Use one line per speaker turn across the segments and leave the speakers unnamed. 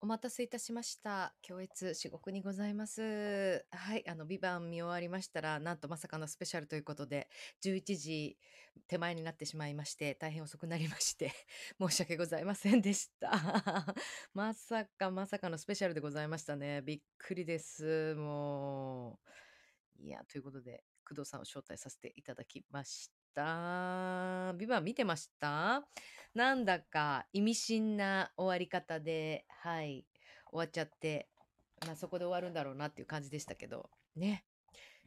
お待たせいたしました。恐悦至極にございます。はい、あの、ビバン見終わりましたら、なんとまさかのスペシャルということで、11時手前になってしまいまして、大変遅くなりまして、 申し訳ございませんでした。 まさかまさかのスペシャルでございましたね。びっくりです。もう。いや、ということで、工藤さんを招待させていただきました。ビバン見てましたなんだか意味深な終わり方で、はい、終わっちゃって、まあそこで終わるんだろうなっていう感じでしたけど、ね。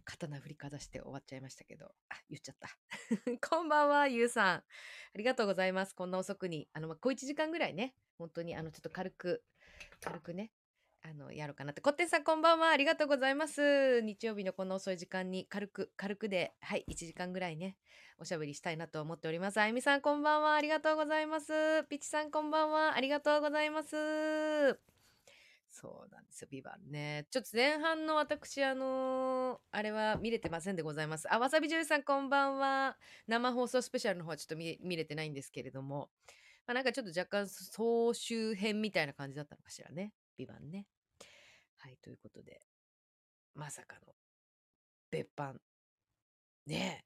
刀振りかざして終わっちゃいましたけど、あ、言っちゃった。 こんばんは、ゆうさん。ありがとうございます。こんな遅くに。あの、まあ、小1時間ぐらいね、本当に、あの、ちょっと軽く、軽くね、あの、やろうかなって。こってんさん、こんばんは。ありがとうございます。日曜日のこの遅い時間に、軽く、軽くで、はい、1時間ぐらいね、おしゃべりしたいなと思っております。あゆみさん、こんばんは。ありがとうございます。ピチさん、こんばんは。ありがとうございます。そうなんですよ、ビバンね。ちょっと前半の私、あのー、あれは見れてませんでございます。あ、わさび女優さん、こんばんは。生放送スペシャルの方はちょっと見れてないんですけれども、まあ、なんかちょっと若干総集編みたいな感じだったのかしらね、ビバンね。はい、ということで、まさかの別班。ねえ。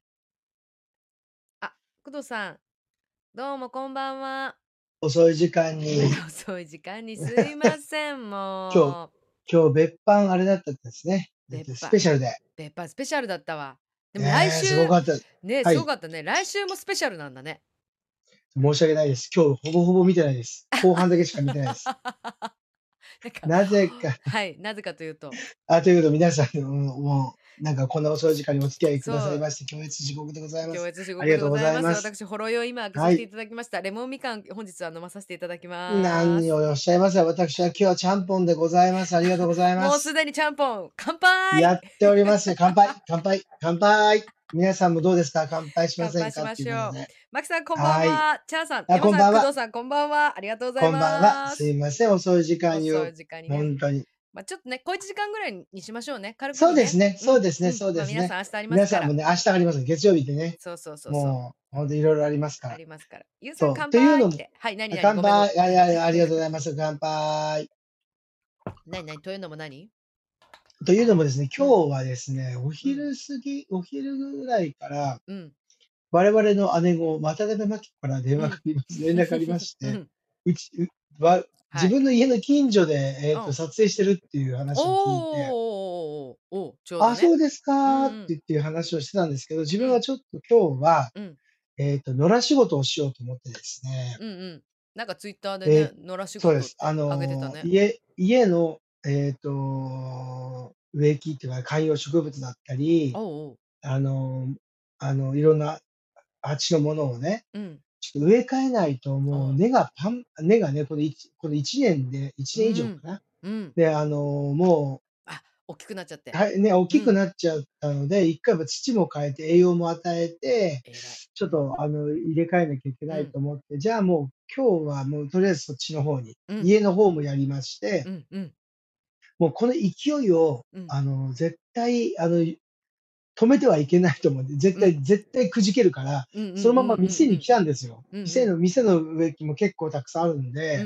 あ、工藤さん、どうもこんばんは。
遅い時間に。
遅い時間にすいません、もう。
今日、今日別班あれだったんですね。スペシャルで。
別班スペシャルだったわ。でも来週、
ね、すごかった。
ね、すごかったね、はい、来週もスペシャルなんだね。
申し訳ないです。今日ほぼほぼ見てないです。後半だけしか見てないです。 なぜか。
はい、なぜかというと。
あ、ということ皆さん、もう、なんかこんな遅い時間にお付き合いくださいまして、強烈至極でございます。
強烈至極でございます。私、ほろ酔い今、開けさせていただきました。レモンみかん、本日は飲まさせていただきます。
何をおっしゃいます私は今日はちゃんぽんでございます。ありがとうございます。
もうすでにちゃんぽん、乾杯
やっております 乾杯、乾杯、乾杯。皆さんもどうですか乾杯しませんか
乾杯しましょう。マキさん、こんばんは。チャーさん、あこんばんは。工藤さん、こんばんは。ありがとうございます。こんばんは。
すいません、遅い時間に。
遅い時間に、ね。
本当に。
まあちょっとね、小一時間ぐらいにしましょうね。軽く、ね、
そうですね。そうですね。そうですね。
皆さん明日あります
皆さんもね、明日あります。月曜日でね。
そうそうそう
もう、本当いろいろありますから。
ありますから。ゆうさん、乾杯。はい、何々。
乾杯。ありありがとうございます。乾杯。
何々、というのも何
というのもですね、今日はですね、お昼過ぎ、お昼ぐらいから、
うん、
我々の姉御、渡辺真紀子から電話があります、連絡ありまして、うちは、自分の家の近所で、えーと撮影してるっていう話を聞いて、
おおちょう
あ、そうですかってっていう話をしてたんですけど、自分はちょっと今日は、えっ、と、野良仕事をしようと思ってですね、
うんうん、なんかツイッターでね、野良仕事を上げてたね。
家家のえっ、と、植木っていうか観葉植物だったり、
おうおう
あの、あの、いろんな鉢のものをね、
うん、
ちょっと植え替えないともう根がパン、根がね、この 1, この1年で、1年以上かな。
うんうん、
で、あの、も
う、あ、大きくなっちゃって。
はい、ね、大きくなっちゃったので、一回は土も変えて栄養も与えて、ちょっと、あの、入れ替えなきゃいけないと思って、じゃあもう今日はもうとりあえずそっちの方に、家の方もやりまして、もうこの勢いを、うん、あの、絶対、あの、止めてはいけないと思うんで、絶対、うん、絶対くじけるから、そのまま店に来たんですよ。うんうん、店の、店の植木も結構たくさんあるんで、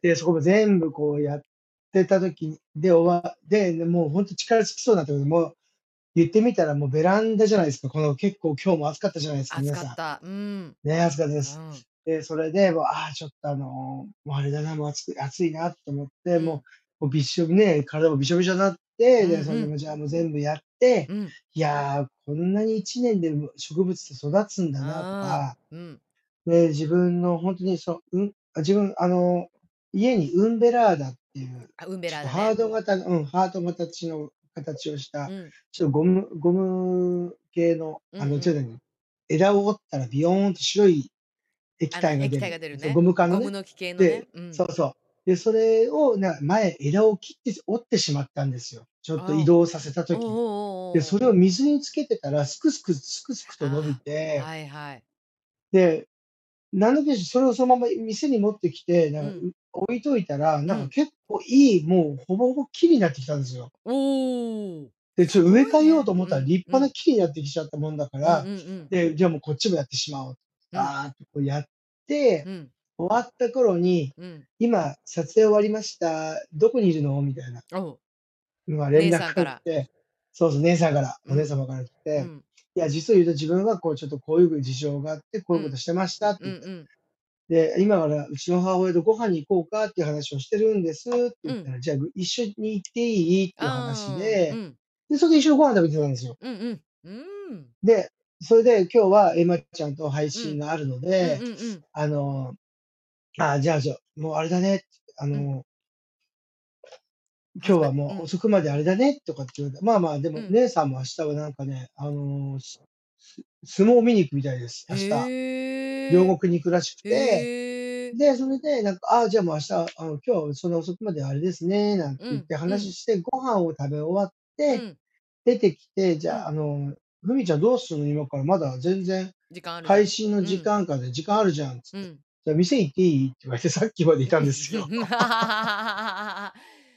で、そこも全部こうやってた時で終わ、で、もう本当力尽きそうなところでもう、言ってみたらもうベランダじゃないですか。この結構今日も暑かったじゃないですか、皆さん。暑
かった。うん。
ね、暑かったです。で、それで、もう、ああ、ちょっとあのー、もうあれだな、もう暑く、暑いなと思って、もう、もうびっしょびね、体もびしょびしょになって、で、そのじゃあもう全部やって、
うん、
いやー、こんなに1年で植物って育つんだなとか、
うん、
で、自分の本当にそう、うん、自分、あの、家にウンベラーダっていう、
あウンベラーダ、ね、
ハード型、うん、ハート形の形をした、うん、ちょっとゴム、ゴム系の、あの、ちょっと枝を折ったらビヨーンと白い液体が出る。
液体が出るね。
ゴム化の、ね、
ゴムの木系のね。
そうそう。で、それを、な前、枝を切って、折ってしまったんですよ。ちょっと移動させた時に。で、それを水につけてたら、すくすく、すくすくと伸びて、
はいはい。
で、何の気し、それをそのまま店に持ってきて、なんか置いといたら、うん、なんか結構いい、もうほぼほぼ木になってきたんですよ。
お
で、ちょっと植え替えようと思ったら立派な木になってきちゃったもんだから、で、じゃあもうこっちもやってしまおう。あーっとこうやって、
うん
終わった頃に、
うん。
今、撮影終わりました。どこにいるのみたいな
おう。
のが連
姉さ
絡
んか
が来
ら。
て、そうそう、姉さんから、
う
お姉
ん。
様から来
う
て、
ん。
いや、実を言うと自分はこう、ちょっとこういう事情があって、こう
う
いうこと
ん。
してましたって
う
言っ
ん
て。
うん。
で、今からうちの母親とご飯に行こうかっていう話をしてるんですって
う
言った
ん。
ら、じゃあ一緒に行っていいっていう話
ああ、う
で、
ん。
で、それで一緒にご飯食べてたんですよ。
うんうん。うん。
で、それで今日はエマちゃんと配
う
信
ん。
があるの
うん
で、
うんうん。
あの、あ、じゃあじゃあ、もうあれだね、あ
うん。
の、
始
今日
ま
は
り。う。
もうん遅くまであれだねとかって言われて、まあまあ、で
う
も
ん。
姉さんも明日はなんかね、あのす相撲を見に行くみたいです、明日。
へ
両
え。
国に行くらしくて、
へえ。
で、それで、なんか、ああ、じゃあもう明日、あの、今日はそんな遅くまであれですね、なんて
う
言っ
ん
て
う
話
ん
して、ご飯を食べ終わっ
う
て、
ん
出てきて、じ
う
ゃあ、
ん。
あの、ふみちゃんどうするの今からまだ全然
時間あるじゃ
配
ん。
信の
う
時
ん
間かで時間あるじゃん、つっ
う
て。
ん。
じゃあ店行っていいって言われて、さっきまでいたんですよ。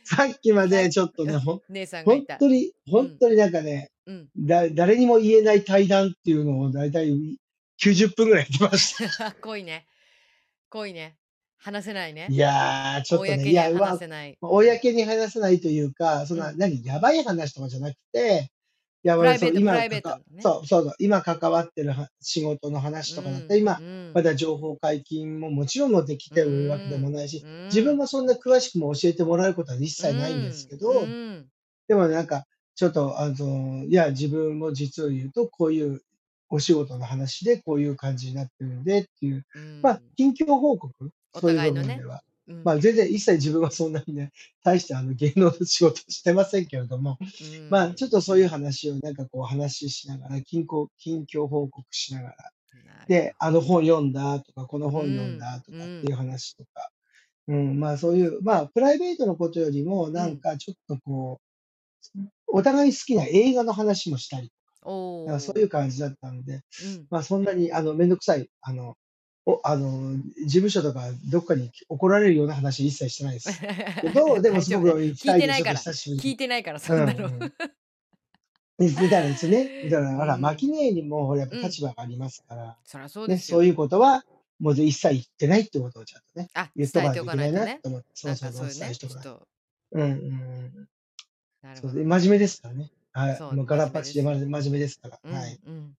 さっきま
さっ
でちょっとね、
き、
ほん、
姉さんがい
本
た。
当に、
う
本
ん、
当になんかね、
うん。
だ、誰にも言えない対談っていうのをだいたい90分ぐらいやってました。
濃いね。濃いね。話せない
い
ね。
やー、ちょっとね、
公
い
には
や、う
話
わ、
せない。
公に話せないというか、そん
う
な、
ん。
何、やばい話とかじゃなくて、いや、
プ
ま
ラ
あ、
イ
そ
ベー
う、
ト、プ
今
ライベ
か
ート
か、
のね。
そう、そうだ、今関わってるは仕事の話
う
とかだって
ん、
今、
う
ま
ん、
だ情報解禁ももちろんもでき
う
てるわけでも
ん、
ないし、
う
自分
ん、
もそんな詳しくも教えてもらうことは一
う
切ないんです
ん、
け
う
ど、
ん。
でもなんか、ちょっと、あの、いや、自分も実を言うと、こういうお仕事の話で、こういう感じになってるんでっていう、
う
まあ、
ん
近況報告、
お
そういう
互い
部
の
分で
ね。
は。
う
ま
ん、
あ、全然一切自分はそんなにね、大してあの芸能の仕事してませんけれども、
う
まあ、ちょっ
ん。
とそういう話をなんかこう話ししながら、近況、近況報告しながら、
なる
で、あの本読んだとか、この
ほど。う
本読ん
ん、
だと
う、
かっていうん話とか、うん、まあそういう、まあプライベートのことよりも、
う
なん
ん。
かちょっとこう、お互い好きな映画の話もしたり、なんかそう
お
い
ー、
う感じだったので、
うん、
まあそんなに、あの、めんどくさい、あの、お、あの、事務所とかどっかに怒られるような話一切してないです。 けど、でも
大
す
丈
ご
夫だよ。聞
く二
い
人
て
で
ない
ちょっと
から。
久しぶり
聞
に。
いてないから、
う、
そんなんの。
うん。で、出たらですね。だから、
う
ほら、
ん。
巻き姉にも、ほら、やっぱ
うん。
立場がありますから、
そりゃそうで
ね、
す
そう
よ。
いうことは、もう一切言ってないってことをちゃんとね、
あ、
言っと
伝
か
え
な
てお
きゃ
か
いけ
な
ないい
とね。
なと思って、そ
な
うんそう
か
そ
そう
う、お
いう
伝え
ね、
しと
ち
か
ょっ
ない。
と、
うん、うん。
なる
そ
ほ
うで
ど。
真面目ですからね。はい。
そう、
もうガ
真
ラ
面目
パ
で。
チですま真面目ですから。
う
は
ん、
い。
うん。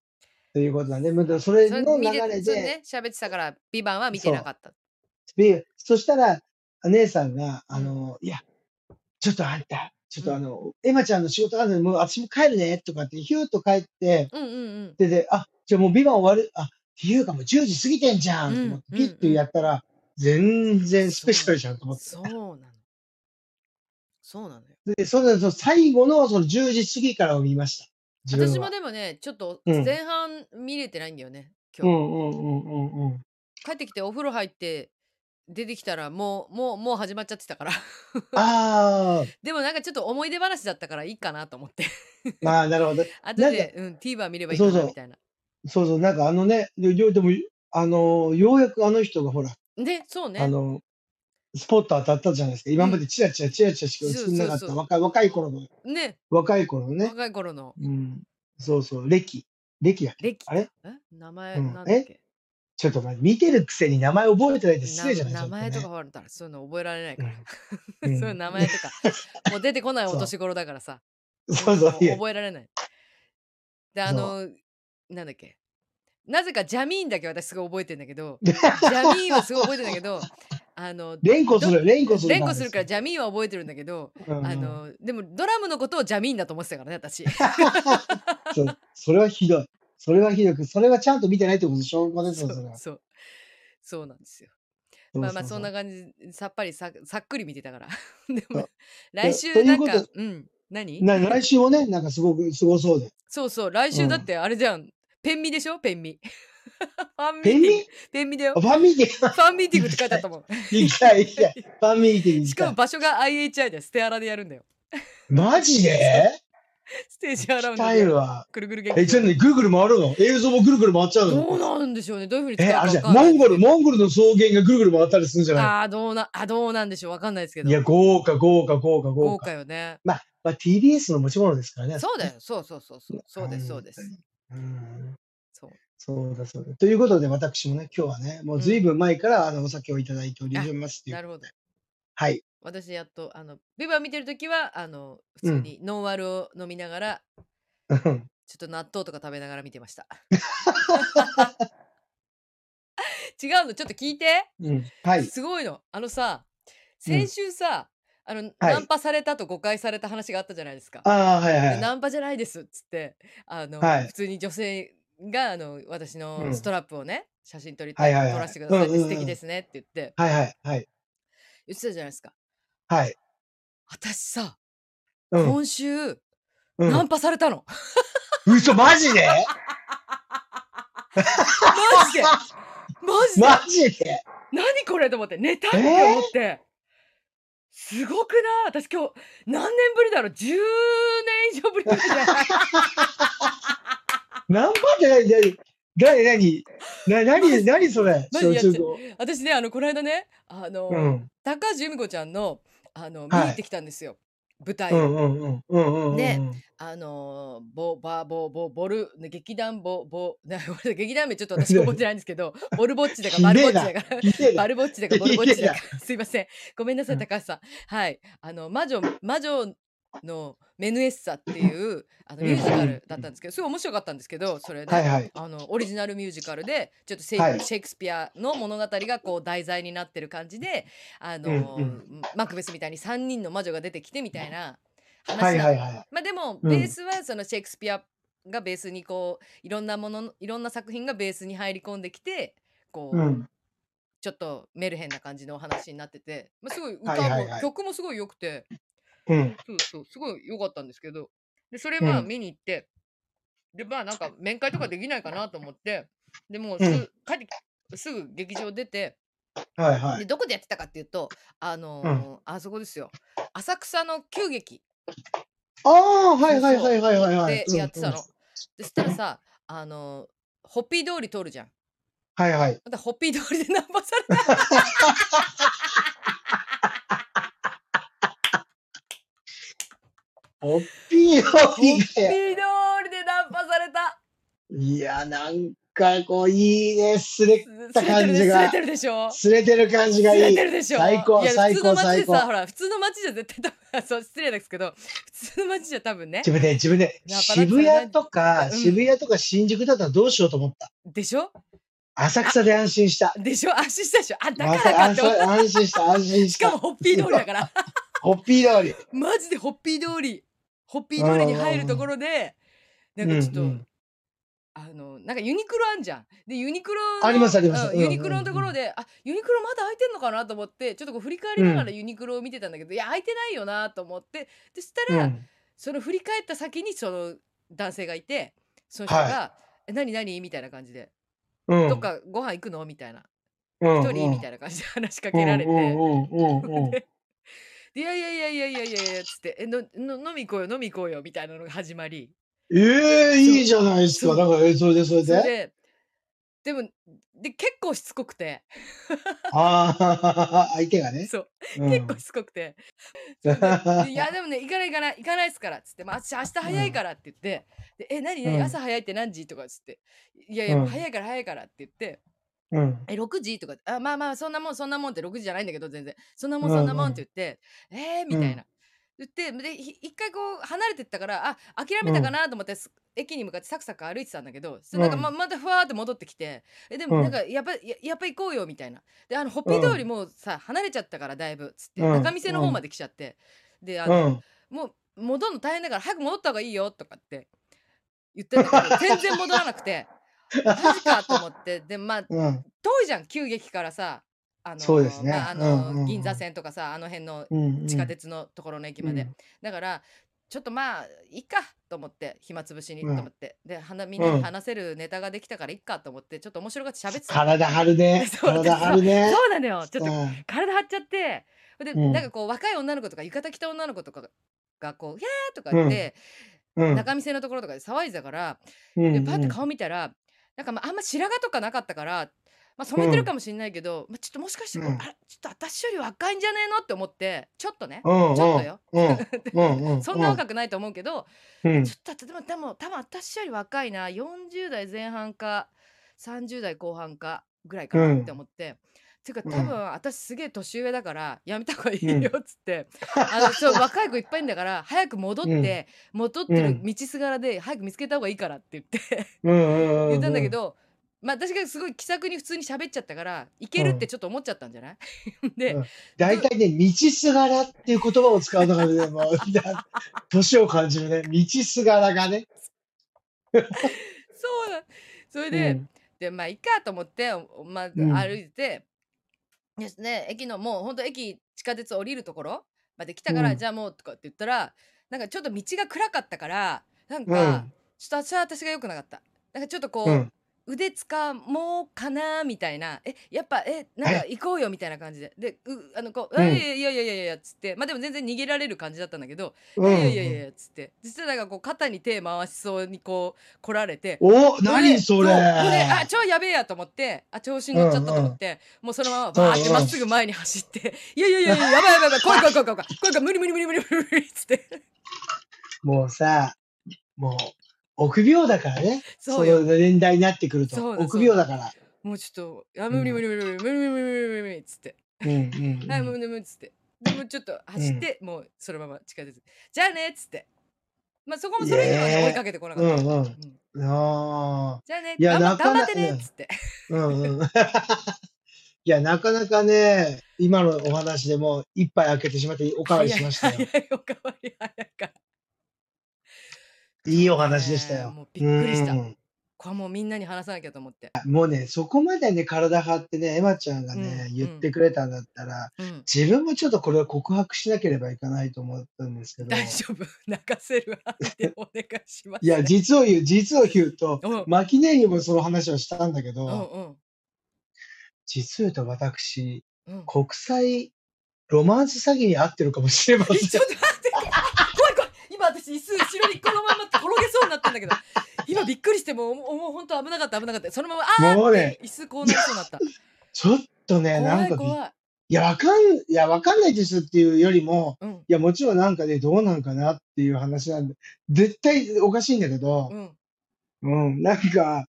ということなんで、むそ
あ
れ
それ
の
見れ、
流れ
それ
で、
ね、喋ってたから、ビバンは見てな
そ
かった。
う。で、そしたら、姉さんが、
う
あ
ん、
の、いや、ちょっとあんた、ちょっ
う
とあ
ん。
の、エマちゃんの仕事あるのに、もう私も帰るね、とかって、ヒューッと帰って、
うん、うん、
で、で、あ、じゃあもうビバン終わる、あ、っていうかもう10時過ぎてんじゃ
うん
と
ん。う
思っ
ん、
て、
う
ピッ
ん、
て
う
や
ん。
ったら、全然スペ
そう
シ
な
ャ
の。
ルじゃんと思
そう
って。
なの。そうなのよ。
で、それで、最後のその10時過ぎからを見ました。自分
私も
は。
でもね、ちょっと
うん。
前半見れてないんだよね、
う
今日。
んうんうんうんうん。
帰ってきてお風呂入って出てきたらもうもうもう始まっちゃってたから
ああ、
でもなんかちょっと思い出話だったからいいかなと思って
まあ、なるほど。
後
なんか、
で、うん、TVer 見ればいい
そ
か
う
なみ
そ
たいな
う、そうそう、なんかあのね、で、よでも、あの、ようやくあの人がほら、
でそう
あ
ね
の、スポット当たったじゃないですか。
う
今ま
ん
でチラチラチラチラしか
そ
映
うんそ
な
う
かった
そ
若い、若い頃の、
うね
若い頃のね。
若い頃の
うん。そうそう、歴。歴だっけ
レキ
あ
か
れ
え名
う
前
ん。
なんだっ
え
け
ちょっと待って、見てるくせに名前覚えてないって失
な
礼じゃない
名
それって
前とか
ね。
ほらそういうの覚えられないから
うん。う。
そういうん名前 とかもう出てこないお
そ
年頃だからさ
う。
そん
そう
な
そう、
もう
いえ。
覚えられないであ
そ
のなんだっけなぜかジャミーンだけ私すごい覚えてんだけ ど、
う。
ジャミーンはすごい覚えてんだけど、あの、
連呼す
ど、
る、連呼する
連
か
呼
ら
す
で
る
す
から
よ。
ジャミーンは覚えてるんだけど、
う
あ
んうん。
の、でもドラムのことをジャミーンだと思ってたからね、 私。
そう、それはひどい。それはひどく、それはちゃんと見てないってことで証拠ですよ、
そ
そうれは。
そう、そうなんですよ。
そう
まあまあ
そ
そ
う
ん
そ
な
う。
感じ、さっぱりささっくり見てたから。 でも、
そう
来
でと
週
い
な
うんこ
か、
と、
うん、何
な来週もね、なんかすごく、すごそうで。
そうそう、来
う
週だっ
ん。
てあれじゃん、ペンミでしょペンミ。 ファンミ
ペ
ーテ
ンミ
ィング、ペンミだよ。
あファンミーティング
ファンミーティングって
行き
書いて
た
あっ
い。
たもん。
行きたい、行 きたい。ファンミーティング
し
行き
か
た
も
い。
場所が IHI でステアラでやるんだよ。
マジ
そう。
で
ステージ
行
アラ
き
ウンド
た
で
い
やるの。
わ。
くるぐる
え、
劇
ち
場
なみ
で。
にぐるぐる回るの映像もぐるぐる回っちゃうの
どうなんでしょうね。どういうふうに
え、
使う
あ
か
れじ
わ
ゃ
か
ん。
ん
モ
ない
ン
です
ゴル、
けど。
モンゴルの草原がぐるぐる回ったりするんじゃないの
ああ、どうな、あ、どうなんでしょう。わかんないですけ
いや、
ど。
豪華、豪華、豪華、豪
豪
華。
華よね。
まあ、まあ、TBS の持ち物ですからね、あそ
そう
こ
だ
ね。
よ。そうそうそうそう。そううです、
ん、
そう
本
で
当
す。
に。うん。
そう。
そうだそうだ。ということで、私もね、今日はね、もう随分前から、あの、お酒をいただいておりますっていう。
なるほど。
はい。
私やっとあのビバ見てる時はあの普
う
通
ん
にノンアルを飲みながら、
うん
ちょっと納豆とか食べながら見てま した。違うのちょっと聞いて、
うん。はい。
すごいのあのさ
うん
先週さ、あのナンパされたと誤解された話があったじゃないですか。
ああ、はい
で
はいはい。
ナンパじゃないですっつってあの、
はい
普通に女性があの私
う
の
ん
ストラップをね、写真撮り
は
た
いはいはい
撮らせてくださいって、
うんうんうん
素敵ですねって言って
はいはいはい。
言ってたじゃないですか。
はい。
私さ、
うん。
今週、
う
ナ
ん
ンパされたの。
嘘、マジで
マジ でマジで、
マジで
何これと思って寝たって思って、すごくない私今日何年ぶりだろう10年以上ぶりだじゃ ない
ナンパって何何何何な何何それ
マジでやって
小中高
私ねあのこの間ねあの、
うん。
高橋由美子ちゃんのあの見
はい
に行ってきたんですよ、舞台
う
を、
んうんうんうんうんうん。
ねあのボバボボボル劇団ボボな ごめんなさい劇団名ちょっと 私覚えてないんですけどボルボッチだかバルボッチだか
ひでえな
バルボッチだかボルボッチだ
い
か すいませんごめんなさい
うん
高橋さんはいあの魔女魔女のメヌエッサっていうあの
うん
ミュージカルだったんですけどすごい面白かったんですけどそれね、
はいはい。
あのオリジナルミュージカルでちょっとシェイ,、
はい
シェイクスピアの物語がこう題材になってる感じであの、
うんう
マクベスみたいに3人の魔女が出てきてみたいな話な
は
の
いはいはい。
まあでも
うん
ベースはそのシェイクスピアがベースにこういろんなもののいろんな作品がベースに入り込んできてこう、
うん。
ちょっとメルヘンな感じのお話になってて、まあ、すごい歌も、
はいはいはい
曲もすごい良くて
うん。
そうそうすごい良かったんですけどでそれまあ
うん
見に行って、でまあなんか面会とかできないかなと思ってでもうす,、
うん
帰ってきすぐ劇場出て
はいは
で
い。
どこでやってたかっていうとあのーあそこですよ浅草の旧劇
ああ、はいはいはいはいはいはい。
でやってたの。
うんうん
でそしたらさあのホッピー通り通るじゃん。
はいはい。
またホッピー通りでナンパされ た。
おっぴー
ホッピ
お
ー
っ
通
ぴー
りでナンパされ た。
いや、なんかこう、いいね。すれ、た感じ
す
が
れてるでしょ。
すれてる感じ
す
がい
れ
い
て。るでしょ。
最高
いや
最
普
高
通の街で
最
さ、
高
ほら普通の街じゃ絶対多分 そう失礼ですけど、普通の街じゃ多分ね
自。分で、自分で、
やっぱなんか
渋谷と
うん
か、渋谷とか新宿だったらどうしようと思った。
でしょ。
浅草で安心した。
でしょ。安心したでしょ。あだ
ま
からかって
た安
思っ
心
た。
安心した、安心
し
し
かも
た。
ホッピー通りだから。
ホッピー通り。
マジでホッピー通り。ホッピー通りに入るところで、なんかちょっと。
うんうん
あのなんかユニクロあんじゃん。でユニクロの
ありますあります
うん
うん
ユニクロのところで、あユニクロまだ開いてんのかなと思ってちょっとこう振り返りながらユニクロを見てたんだけど、いや開いてないよなと思ってでそした
う
ら、
ん
その振り返った先にその男性がいてその人が
は
「え何何?」みたいな感じで
う
「
ん
どっかご飯行くの?」みたいな「
一
一人?」みたいな感じで話しかけられて。 でいやいやいやいやいやいやいやつって「えのの飲み行こうよ飲み行こうよ」みたいなのが始まり
ええ、いいじゃないです
そ
か。
う
だから、えそれで、それ
それ
で。
ででもで結構しつこくて
ああ、 相手がね。
そう
うん
結構しつこくて それ でいやでもね行かない行かない行かないっすからっつって、まあ、私明日早いからって言って「でえ何何
うん
朝早いって何時?」とかっつって「いやいや、
うん
早いから早いから」って言って
うん
「え6時?」とかあ「まあまあそんなもんそんなもん」って6時じゃないんだけど全然「そんなもん
うん
そ
うんん
なもん」って言って「えー」みたいな。
う
言ってでひ一回こう離れてったからあ諦めたかなと思って、す駅に向かってサクサク歩いてたんだけど、そなんか
うん
ままたふわーって戻ってきてえでも
うん
なんかやっぱ、ややっぱ行こうよみたいなであのホッピー通りもうさ、離れちゃったからだいぶっつって、
うん
仲見世の方まで来ちゃって、であ
う
の、
ん。
もう戻るの大変だから早く戻った方がいいよとかって言ってんだけど全然戻らなくてマジかと思ってでまあ
うん。
遠いじゃん旧劇からさあの
そうですね
まああの
うんうんうん
銀座線とかさあの辺の
うん。
地下鉄のところの駅まで、
うん
だからちょっとまあいいかと思って暇つぶしにと
うん
思って、で花みんな
う
に
ん
話せるネタができたからいっかと思ってちょっと面白がって喋ってたの
体張るね。
そう
体張るね。
そうなのよちょっと
うん
体張っちゃってで、
うん
なんかこう若い女の子とか浴衣着た女の子とかがこう「ひゃー!」とか言って、
うん
中見世のところとかで騒いでたから、
うん
でパッて顔見たらなんかまああんま白髪とかなかったから、まあ、染めてるかもしれないけど、まあ、ちょっともしかしてこれ、
うん
あれちょっと私より若いんじゃねえのって思ってちょっとね、
うん
ちょっとよ、
うんうんうん
そんな若くないと思うけど、
うん
ちょっとでもでも多分私より若いな40代前半か30代後半かぐらいかなって思って、ていうか多分私すげえ年上だからやめた方がいいよっつって、あのそう若い子いっぱいいんだから早く戻って、戻ってる道すがらで早く見つけた方がいいからって言って
うん。
言ったんだけ、ど、まあ私がすごい気さくに普通に喋っちゃったからいけるってちょっと思っちゃったんじゃない で、
うん大体ね、道すがらっていう言葉を使うのがね、もう、 年を感じるね。道すがらがね。
そうだそれで、
うん
でまあいいかと思って、おまあ、
うん
歩いて、ですね駅のもう本当駅地下鉄降りるところまで来たから、
うん
じゃあもうとかって言ったらなんかちょっと道が暗かったからなん
う
か、
ん
ちょっと私は私が良くなかったなんかちょっとこう、
うん。
腕つかもうかなみたいなえやっぱえなんか行こうよみたいな感じででうあのこう、
うん
あいやいやいやいやいやっつってまあでも全然逃げられる感じだったんだけど、
う
い
ん。
やいやいやいやっつって実はなんかこう肩に手回しそうにこう来られて
お、
で
何それ
うこれあ超やべえやと思ってあ調子に乗っちゃったと思って、もうそのままバーってまっすぐ前に走って「いやいやいやいややばいやばいやばい来い来い来い来い来い来い来い無理無理無理無理無理無理」っつって
もうさ、もう、臆病だからね。
そ
そう
よ
の年代になってくる
そ
と。
うだ
臆病だから。
もうちょっと「あ無理無理無理無理無理無理無理無理無理」っつって。
うんうん
はい、も
う。
うんね、もうつって。でもうちょっと走って、もうそのまま地下鉄。じゃあねっつって。まあそこもそれ以上はね
いや
追いかけてこなか
う
った。
んう。
うんん
ああ。
じゃあね
いや
頑張頑張っ
なかな
てね
う
っ
ん
つって。
うんうん。 いや、なかなかね、今のお話でもう一杯開けてしまっておかわりしました
早
よ
い。早いおかわり早いから。
いいお話でした
ねえ
よ。
もうびっくりした。
う
こ
ん
れはもうみんなに話さなきゃと思って。
もうね、そこまでね、体張ってね、エマちゃんがね、
うん
言ってくれたんだったら、
うん。
自分もちょっとこれは告白しなければいかないと思ったんですけど、
大丈夫。 泣かせるわ。でお願いします。
いや、実を言う、実を言うと、
うん。うん
マキネにもその話をしたんだけど、
うん。
実を言うと私、
うん。
国際ロマンス詐欺に遭ってるかもしれません
え。ちょっと待って。 怖い怖い。今私椅子後ろにこのまま転げそうになったんだけど。今びっくりしてもう、もうもう本当危なかった危なかった。そのまま、あ
も
あ、
うね
椅子こうなりそうになった。
ちょっとね、な
怖
ん
い
かびっ、い
怖い。
や、わかん、いや、わかんないですっていうよりも、
うん
いや、もちろんなんかね、どうなんかなっていう話なんで、絶対おかしいんだけど
う、ん。
うん、なんか、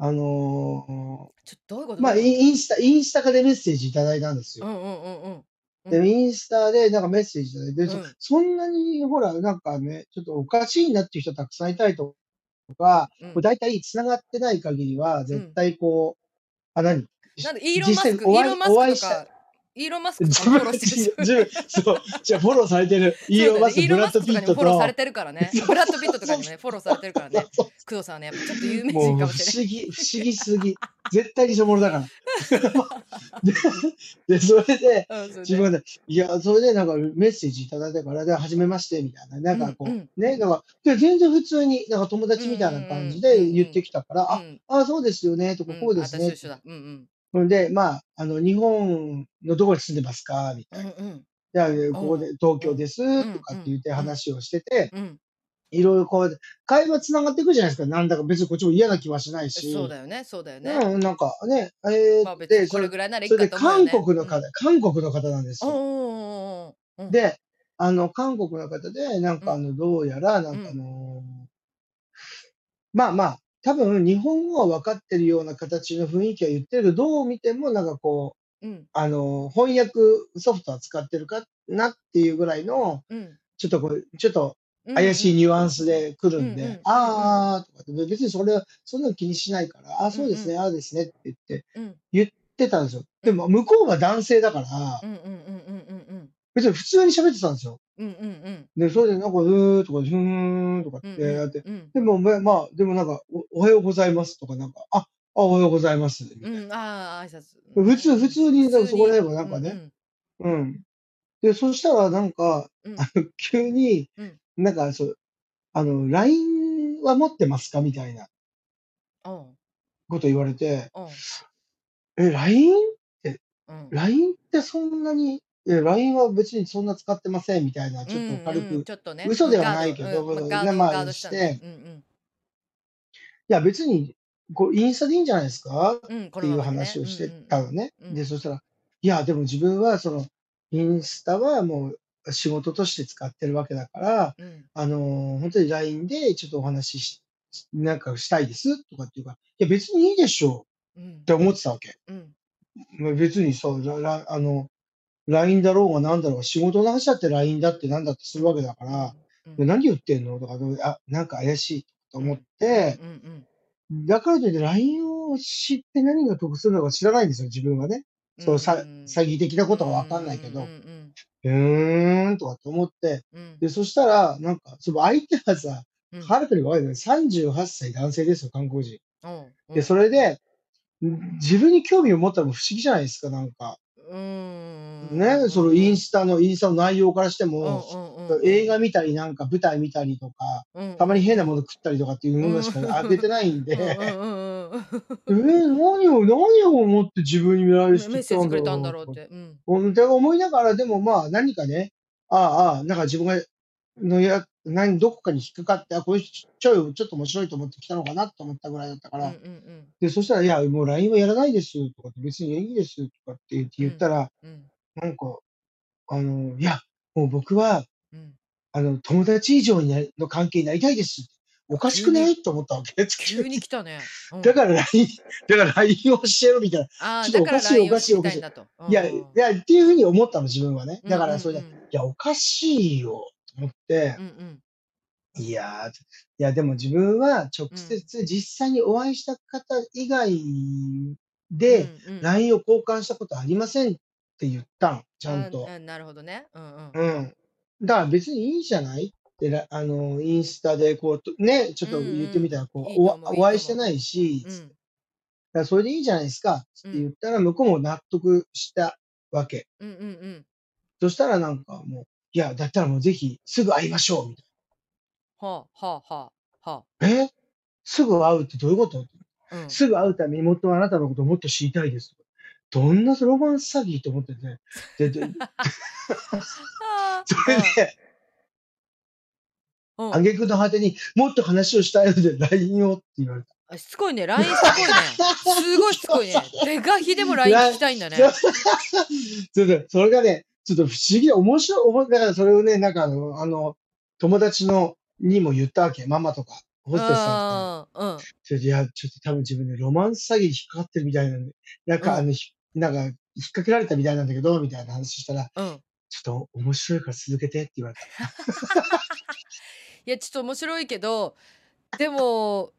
あの
ちょっとどういうこ
ー
と
まあ、インインスタ、インスタからメッセージいただいたんで
う
すよ。
んうんうんうん。う
で、
ん
インスタでなんかメッセージいただいて、そ
うん
そんなに、ほら、なんかね、ちょっとおかしいなっていう人たくさんいたりとか、
うん
こう大体繋がってない限りは、絶対こう、あ、何
なんで、イーロンマスク、イ
実際お
ー
会い
ロンマスク
お会い
と
し
か
た、
イーロンマスクと
自
かもフォロ
分、
ーして
自
る
分、自分そう、じゃあフォローされてる、イーロンマス
そうだね
ク、ブラッド・ピ
イー
ッ
ロンマスクとかにも
ト
フォローされ
と、
てるからね。ブラッド・ピットとかにもね、フォローされてるからね。
そう
工藤さんはね、やっぱちょっと有名
も
人
う不
かも
思
しれない。
議、不思議すぎ。絶対に偽物だから。 で、でそれで、
うんそうね
自分で、いや、それでなんかメッセージいただいたから、で、はじめまして、みたいな。なんかこう、
うんうん
ね、なんか、で、全然普通に、なんか友達みたいな感じ
うんうんう
で
ん
言ってきたから、
うんうん
あ、あ、そうですよね、とか、こうです
あ
ね
私。と一緒だ。うんうん。
ほんで、まあ、あの、日本のどこに住んでますかみた
う
い
ん
な。
うん。
じゃあ、ここで、東京です、
ん
とかって言って話をしてて、
うん。
いろいろこう、会話繋がっていくじゃないですか。なんだか別にこっちも嫌な気はしないし。
そうだよね、そうだよね。
うん、なんかね、えー
まあ別
で、
に
そ
これ
れ
ぐらいならいい
それ
か
で
と思うよ、
韓
ね。
国の方、韓国の方なんです
うん。
よ。
おーおーおーおーうん、
で、あの、韓国の方で、なんかあの、どうやら、なんかあのーまあまあ、多分日本語は分かってるような形の雰囲気は言ってるけど、どう見てもなんかこう、
うん
あのー、翻訳ソフトは使ってるかなっていうぐらいの、
うん、
ちょっとこう、ちょっと
うん
怪しい
うん
ニュアンスで来るんで、
うんうんうん
あーとかって、別にそれは、そんなの気にしないから、あ、そうですね、
うん
ああですねって言って、
うん
言ってたんですよ。でも、向こうは男性だから、
うんうんうんうんうん
別に普通に喋ってたんですよ。
うんうんうん
で、それでなんか、うーとか、うーんとかっ
うん
てやって、
うん
でも、ままあ、でもなんかお、おはようございますとか、なんか、あ、あおはようございます。
うんうんああ挨拶
普通、普通に、
普通に
そこら辺もなんかね、うん、で、そしたら、なんか、
うん
あの急に
うん、
なんか、そう、あの、LINE は持ってますかみたいな
うんうん
こと言われて、
うん
え、LINE?
うんうん
LINE ってそんなに、え、LINE は別にそんな使ってませんみたいな、ちょっと軽く、
うんうんちょっとね
嘘ではないけど
うんまあガード
ねまあ
ガードしたねうんうん
いや、別に、こう、インスタでいいんじゃないですかっ
うん、こ
て
の
い
ま
う
までね
話をしてたのね。
うんうん
で、そしたら、いや、でも自分は、その、インスタはもう仕事として使ってるわけだから、
うんうん
あのー本当に LINE でちょっとお話しし、なんかしたいですとかっていうか、いや、別にいいでしょ
うん
て思ってたわけ。
うん
まあ別にそう、ららあの、LINE だろうが何だろうが、仕事の話だって LINE だって何だってするわけだから、
うんうん
何言ってんのとか、あ、なんか怪しいと思って、
うんうん
だからといって LINE を知って何が得するのか知らないんですよ、自分はね。そうさ
ん
詐欺的なことは分かんないけ
う
ど
ん、うん
うーんとかって思って、
うん
で、そしたら、なんか、その相手はさ、
うん
彼とにかわいない38歳男性ですよ、韓国人。
うんうん
で、それで、自分に興味を持ったのも不思議じゃないですか、なんか。
うん
ね、そのインスタの、インスタの内容からして
うん
も、
うんうん
映画見たりなんか舞台見たりとか、
うん
たまに変なもの食ったりとかっていうものしか上げてないん
う
で、
んうんうん うん
えー、何を、何を思って自分に見ら
メ
れ
ッ
る人
セージくれたんだろうっ
とか。
て。うん
うんって思いながら、でもまあ何かね、ああ、ああ、なんか自分が、のや、何、どこかに引っかかって、あ、これちょい、ちょっと面白いと思ってきたのかなと思ったぐらいだったか
うん
ら、
うん
で、そしたら、いや、もう LINE はやらないですとかって、別にいいですとかって言って言ったら、
うん
なんか、あの、いや、もう僕は、
うん
あの、友達以上になりの関係になりたいです。おかしくないと思ったわけ。
急に来たね。うん
だから LINE、だから LINE をしてろみたいな。
あー
ちょっと
だから
おかしい
LINE を知りたんだと
いや、
う
い
ん
や、っていうふうに思ったの、自分はね。
うん
だから、それで、
うん
いや、おかしいよ、と思って
う、ん
いやー、いや、でも自分は直接実際にお会いした方以外で、
うんうん
LINE を交換したことありませんって言ったの、ちゃんと
あ。あなるほどね。うんうん
うん。だから別にいいじゃないってら、あの、インスタでこうと、ね、ちょっと言ってみたら、こう、
うんうんいいと思う
おわ
いいと思う
お会いしてないし、
う
だか
ん
らそれでいいじゃないですかって言ったら、向こうも納得したわけ。
うんうんうん。
そしたらなんかもう、いや、だったらもうぜひ、すぐ会いましょう、みたい
はあはあはあは
な。えすぐ会うってどういうこと
あ。うん
すぐ会うためにもっとあなたのことをもっと知りたいです。どんなロマンス詐欺と思ってて、で、で
あー
それで、
うん
挙句の果てにもっと話をしたいので LINE をって言われた。
あしつこいね。LINE しつ こいね。すごいしつこいね。でがひでも LINE 聞きたいんだね。
それで、それがね、ちょっと不思議、面白いおも、だからそれをね、なんかあの、あの友達の、にも言ったわけ、ママとか、ホステスさんとか。
うんうん
それで、いや、ちょっと多分自分ね、ロマンス詐欺に引っかかってるみたいなんで、なんか、
うん
あの、ひなんか、引っ掛けられたみたいなんだけど、みたいな話したら、
うん。
ちょっと面白いから続けてって言われた。
いや、ちょっと面白いけど、でも、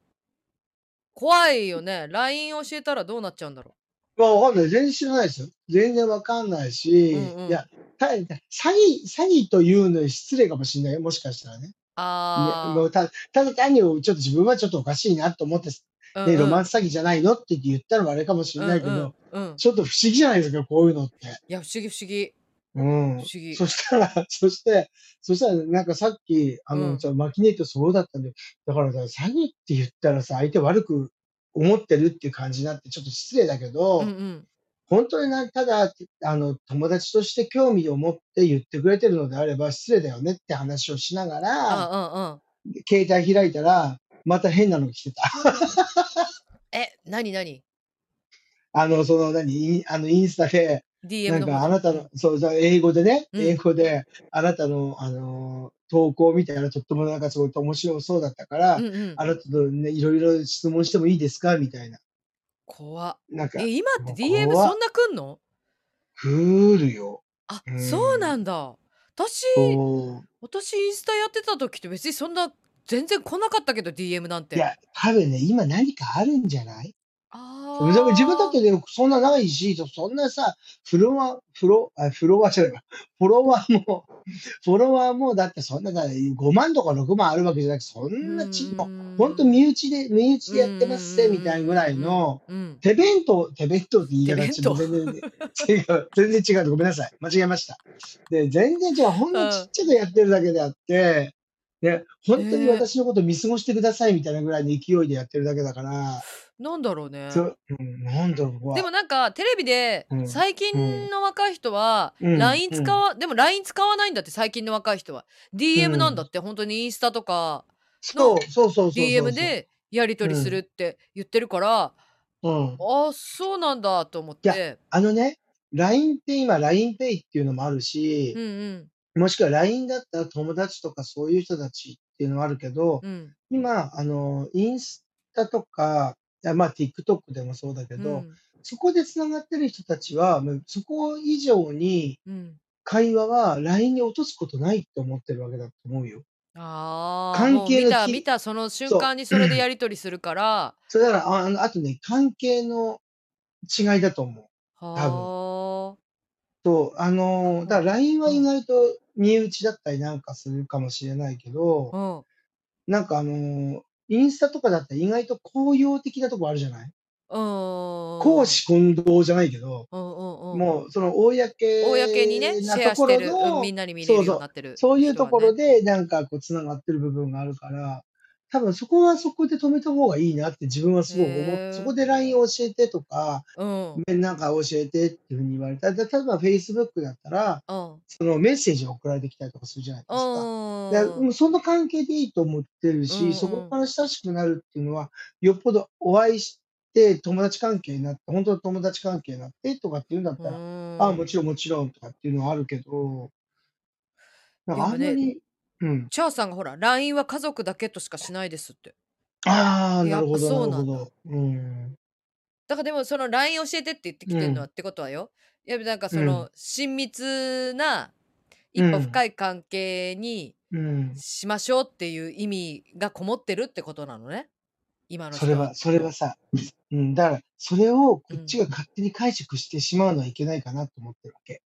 怖いよね。LINE 教えたらどうなっちゃうんだろ
まあ、わかんない。全然知らないですよ。全然わかんないし、
うんうん
いや、た詐欺、詐欺というのに失礼かもしれないよ。もしかしたらね。
う。
ね
あ
もうたただ単にちょっと自分はちょっとおかしいなと思って、ね
あ。
ロマン
ス
ス詐欺じゃないのって言ったのもあれかもしれないけど、。
うんうんうん。い
ちょっと不思議じゃないですか、こういうのって。
や、不思議不思議。
うん
不思。議。
そしたら、そして、そしたら、なんかさっき、あの、
うん
そのマキネートそうだったんで、だからさ、詐欺って言ったらさ、相手悪く思ってるっていう感じになって、ちょっと失礼だけど、
うんうん。
本当にな、ただ、あの、友達として興味を持って言ってくれてるのであれば、失礼だよねって話をしなが
あ
ら、
あ、うんうん。
携帯開いたら、また変なの来てた。
え、なになに
あの、その何、インあの、インスタで、な
?DM
ん
の
か
方
あなたの、そう、そう英語でね、
うん
英語で、あなたの、あの、投稿みたいな、とってもなんかすごい面白そうだったから、
うんうん。
あなたとね、いろいろ質問してもいいですかみたいな。
怖っ
なんか
え、、今って
も
DM
う怖っ
そんなくんの
来るよ。
あ
う、ん
そうなんだ。私、
そ
私インスタやってた時って別にそんな全然来なかったけど DM なん
う。
て。
いや、多分ね、今何かあるんじゃない
あ
で
ー
もでも自分だってね、そんなないし、そんなさ、フロア、フロ、あフロアじゃないわ フォロワーも、フォロワーも、だってそんな、だ5万とか6万あるわけじゃなくて、そんなちっぽ、ほんと身内で、身内でやってますぜ、みたいなぐらいの、、
うんうんうんうんうん
手弁当、手弁当って言い方がちょっと
手
全然、違う、全然違う。ごめんなさい。間違えました。で、全然違う。ほんのちっちゃくやってるだけであって、ね、本当に私のこと見過ごしてくださいみたいなぐらいの勢いでやってるだけだから、
なんだろうね。
そう、うん、なんだろう、ここは
でもなんかテレビで
うん
最近の若い人は
うん
LINE 使わ、でも LINE 使わないんだって最近の若い人は DM なんだって、本当にインスタとか
そうそうそうそうそうそう。
DM でやり取りするって言ってるから、
うん。
ああそうなんだと思っ
い
て
あのね、LINE って今 LINEPay っていうのもあるし
うん、うん
もしくは LINE だったら友達とかそういう人たちっていうのもあるけど、
うん
今、あの、インスタとか、あまあ TikTok でもそうだけど、そこでつながってる人たちは、もうそこ以上に
うんうん
会話は LINE に落とすことないって思ってるわけだと思うよ。
ああ
関
もう
係
見
の
た
き
見たその瞬
そう
間にそれでやり取りするからは
それだから、ああのあとね、関係の違いだと思う。多分。
あ
そう、あのーだから LINE は
う
意
ん
外と身内だったりなんかするかもしれないけど、
うん
なんかあのーインスタとかだったら意外と公用的なとこあるじゃない
う
公
ん
私混同じゃないけど、
うんうんうん
もうその公
公にね
な
シェ
と
アし
こ
て
ろ
る、うん、みん
の、
なに見れ
そう
るよに
そうう、
なってる
そういう
人
と
は
ころ
ね
でなんかこう繋がってる部分があるから、多分そこはそこで止めた方がいいなって自分はすごく思って、そ
へ
こ
え
で LINE 教えてとか、
うんうん
なんか教えてっていうふうに言われたら、例えば Facebook だったら、
うん
そのメッセージが送られてきたりとかするじゃないですか。で
う
も
ん
うその関係でいいと思ってるし、そこ
う
か
ん
ら親しくなるっていうのは、よっぽどお会いして友達関係になって、本当の友達関係になってとかっていうんだっ
う
たら、ああ、
んう
も
ん
ちろんもちろんとかっていうのはあるけど、なん
でも
かあんま
ね
り、うん。
チャーさんがほら LINE は家族だけとしかしないですって
ああ、な
や
る
っ
ほ
ぱ
ど、な
そう
る
な
ほ
んだ
ど。うん。
だからでもその LINE 教えてって言ってき
う
てるのは
ん。
ってことはよやっぱなんか
う
そ
ん。
の親密な
う
一歩
ん。
深い関係に
うん。
しましょうっていう意味がこもってるってことなのね今の
それ
人は
は、
きっ
それは
と。
さ、うん。だから、それを
う
こっち
ん、
が勝手に解釈してしまうのはいけないかなと思ってるわけ。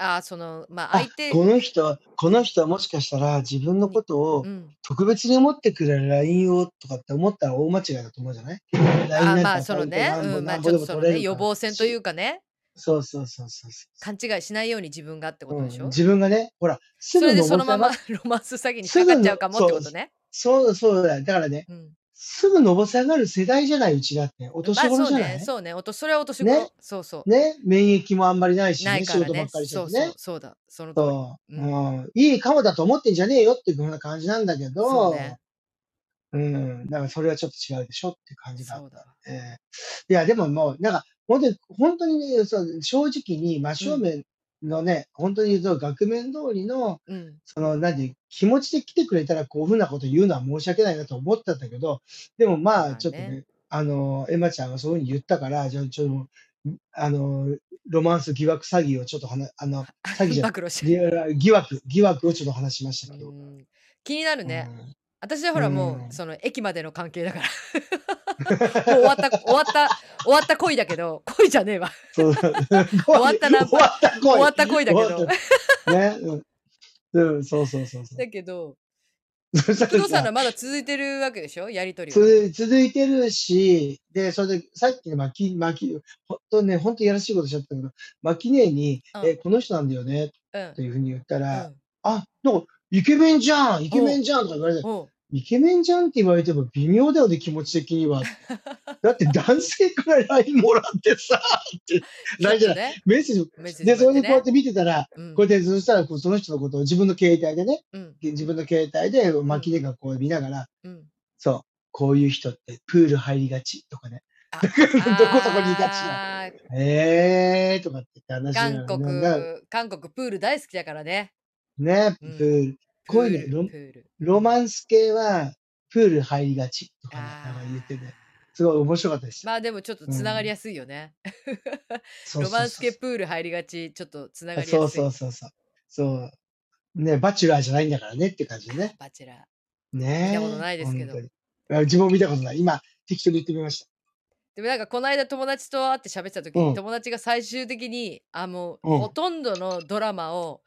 ああそのまあ
あ、
相
こ
手
の人、この人はもしかしたら自分の
に、
こと
う
を
ん、
特別に思ってくれる LINE をとかって思ったら大間違いだと思うじゃない ?LINE
ああ
なん
ま
て
あ
ア
そ
カウ
の
ント
ね、
なんぼ
うん、ま
な
あ
ん
ち
ぼ
ょっ
で
とそ
も取
の
れ
ね
る
予
から
防線とい
し、
うかね
そうそうそうそうそ
勘違いしないように自分がって
う。
こと
う
でし
ん、
ょ
自分がね、ほら、す
そ
ぐ
れでそ
登
のま
り上が
ま
っ、
ロマンス詐欺に引っ
す
かか
ぐ
っちゃう
の、
かもって
そ
こ
う、
とね。
そうそうだよ。だからね、
うん、
すぐ登り下がる世代じゃないうちだって、お
ま
年
あそう
頃じゃな
ね
い
そうねおとそれはお年
ね
頃そうそ
ね免疫もあんまりないうし
ない
ね、仕
から
事ば
ね
っかりして
そう
ると
そう
ね。
そうだその通り
そうう、
ん
うん、いいかもだと思ってんじゃねえよっていうふうな感じなんだけ
そう
ど、
ね
うん、だからそれはちょっと違うでしょって感じがあっ
そうだわ
たんで。いや、でももう、なんか、本当に、本当にね、そう正直に真
う
正
ん
面のね、本当に言うと、額面通りの、
うん
その、なんていう、気持ちで来てくれたら、こういうふうなこと言うのは申し訳ないなと思ったんだけど、でもまあ、
まあ
ちょっと
ね
ね、あの、エマちゃんがそういうふうに言ったから、じゃあ、ちょっと、あの、ロマンス疑惑詐欺をちょっとはな、あの、詐欺じゃない、
暴露し
疑疑惑、疑惑をちょっと話しました
う
けど、
ん気になる
う
ね
ん、
私はほ
う。
らもうんその駅までの関係だから もう終わった終わった終わった恋だけど恋じゃねえわ
そ う、
終わ
恋、
った
終
ナンパ
わった
終わ
恋、
った恋だ
終
け
わっ
ど
た、ね、うん、うん、そうそうそうそ
だけど
う。そした
工
ら
藤さんの
さ、
はま だ続いてるわけでしょやりとり
つ
は
づ続いてるし、で、それで、さっきの巻き、巻き、ほんとね、ほんといやらしいことしちゃったけど、巻き姉に、
うん
え、この人なんだよね、
うん
というふうに言った
う
ら、
ん
あ、なんか、イケメンじゃん、イケ
お
メ
う
ンじゃんとか言われて、
お う
イケメンじゃんって言われても微妙だよね、気持ち的 には。だって男性から LINE もらってさ、っ
ち
て、
ょ
LINE
っ
じゃ
と
ない、
ね
メッセージ。
メッセージ
で、
もら
そ
って
れでこうやっ
ね
て見てたら、
う
こ
ん
うやって、そしたらこうその人のことを自分の携帯でね、
うん
自分の携帯で
うん
巻き根がこう見ながら、
うん
そう、こういう人ってプール入りがちとかね、
あ
ど こそこにいがちじ
あ
ゃ
ー
ん。えーとかって言って話し
韓
ながらね、だ
国韓国プール大好きだからね
ね、
う
プ
ん
ール、
プ
こういう
ー
ね、
ル
ロ
プールう
ロ
ん
マンス系はプール入りがちとかね、なんか言ってて、
あー
すごい面白かったですよ。
まあでもちょっと
う
つながり
ん。
やすいよね。
そう
ロ
そ
マ
う
ンス
そう
系
そ
プール入りがち、ちょっとつな
う。
がりや
そう
すい。
そうそうそう。そう。ね、バチュラーじゃないんだからねって感じで
あ
ね。
バチェラー。見たこと
ねえ、
ないですけ
本当
ど。
に。あ自分も見たことない。今、適当に言ってみまし
でもなんかこの間友達と会って喋ってた時
た。う
に
ん、
友達が最終的にあもう
う
ほ
ん、
とんどのドラマを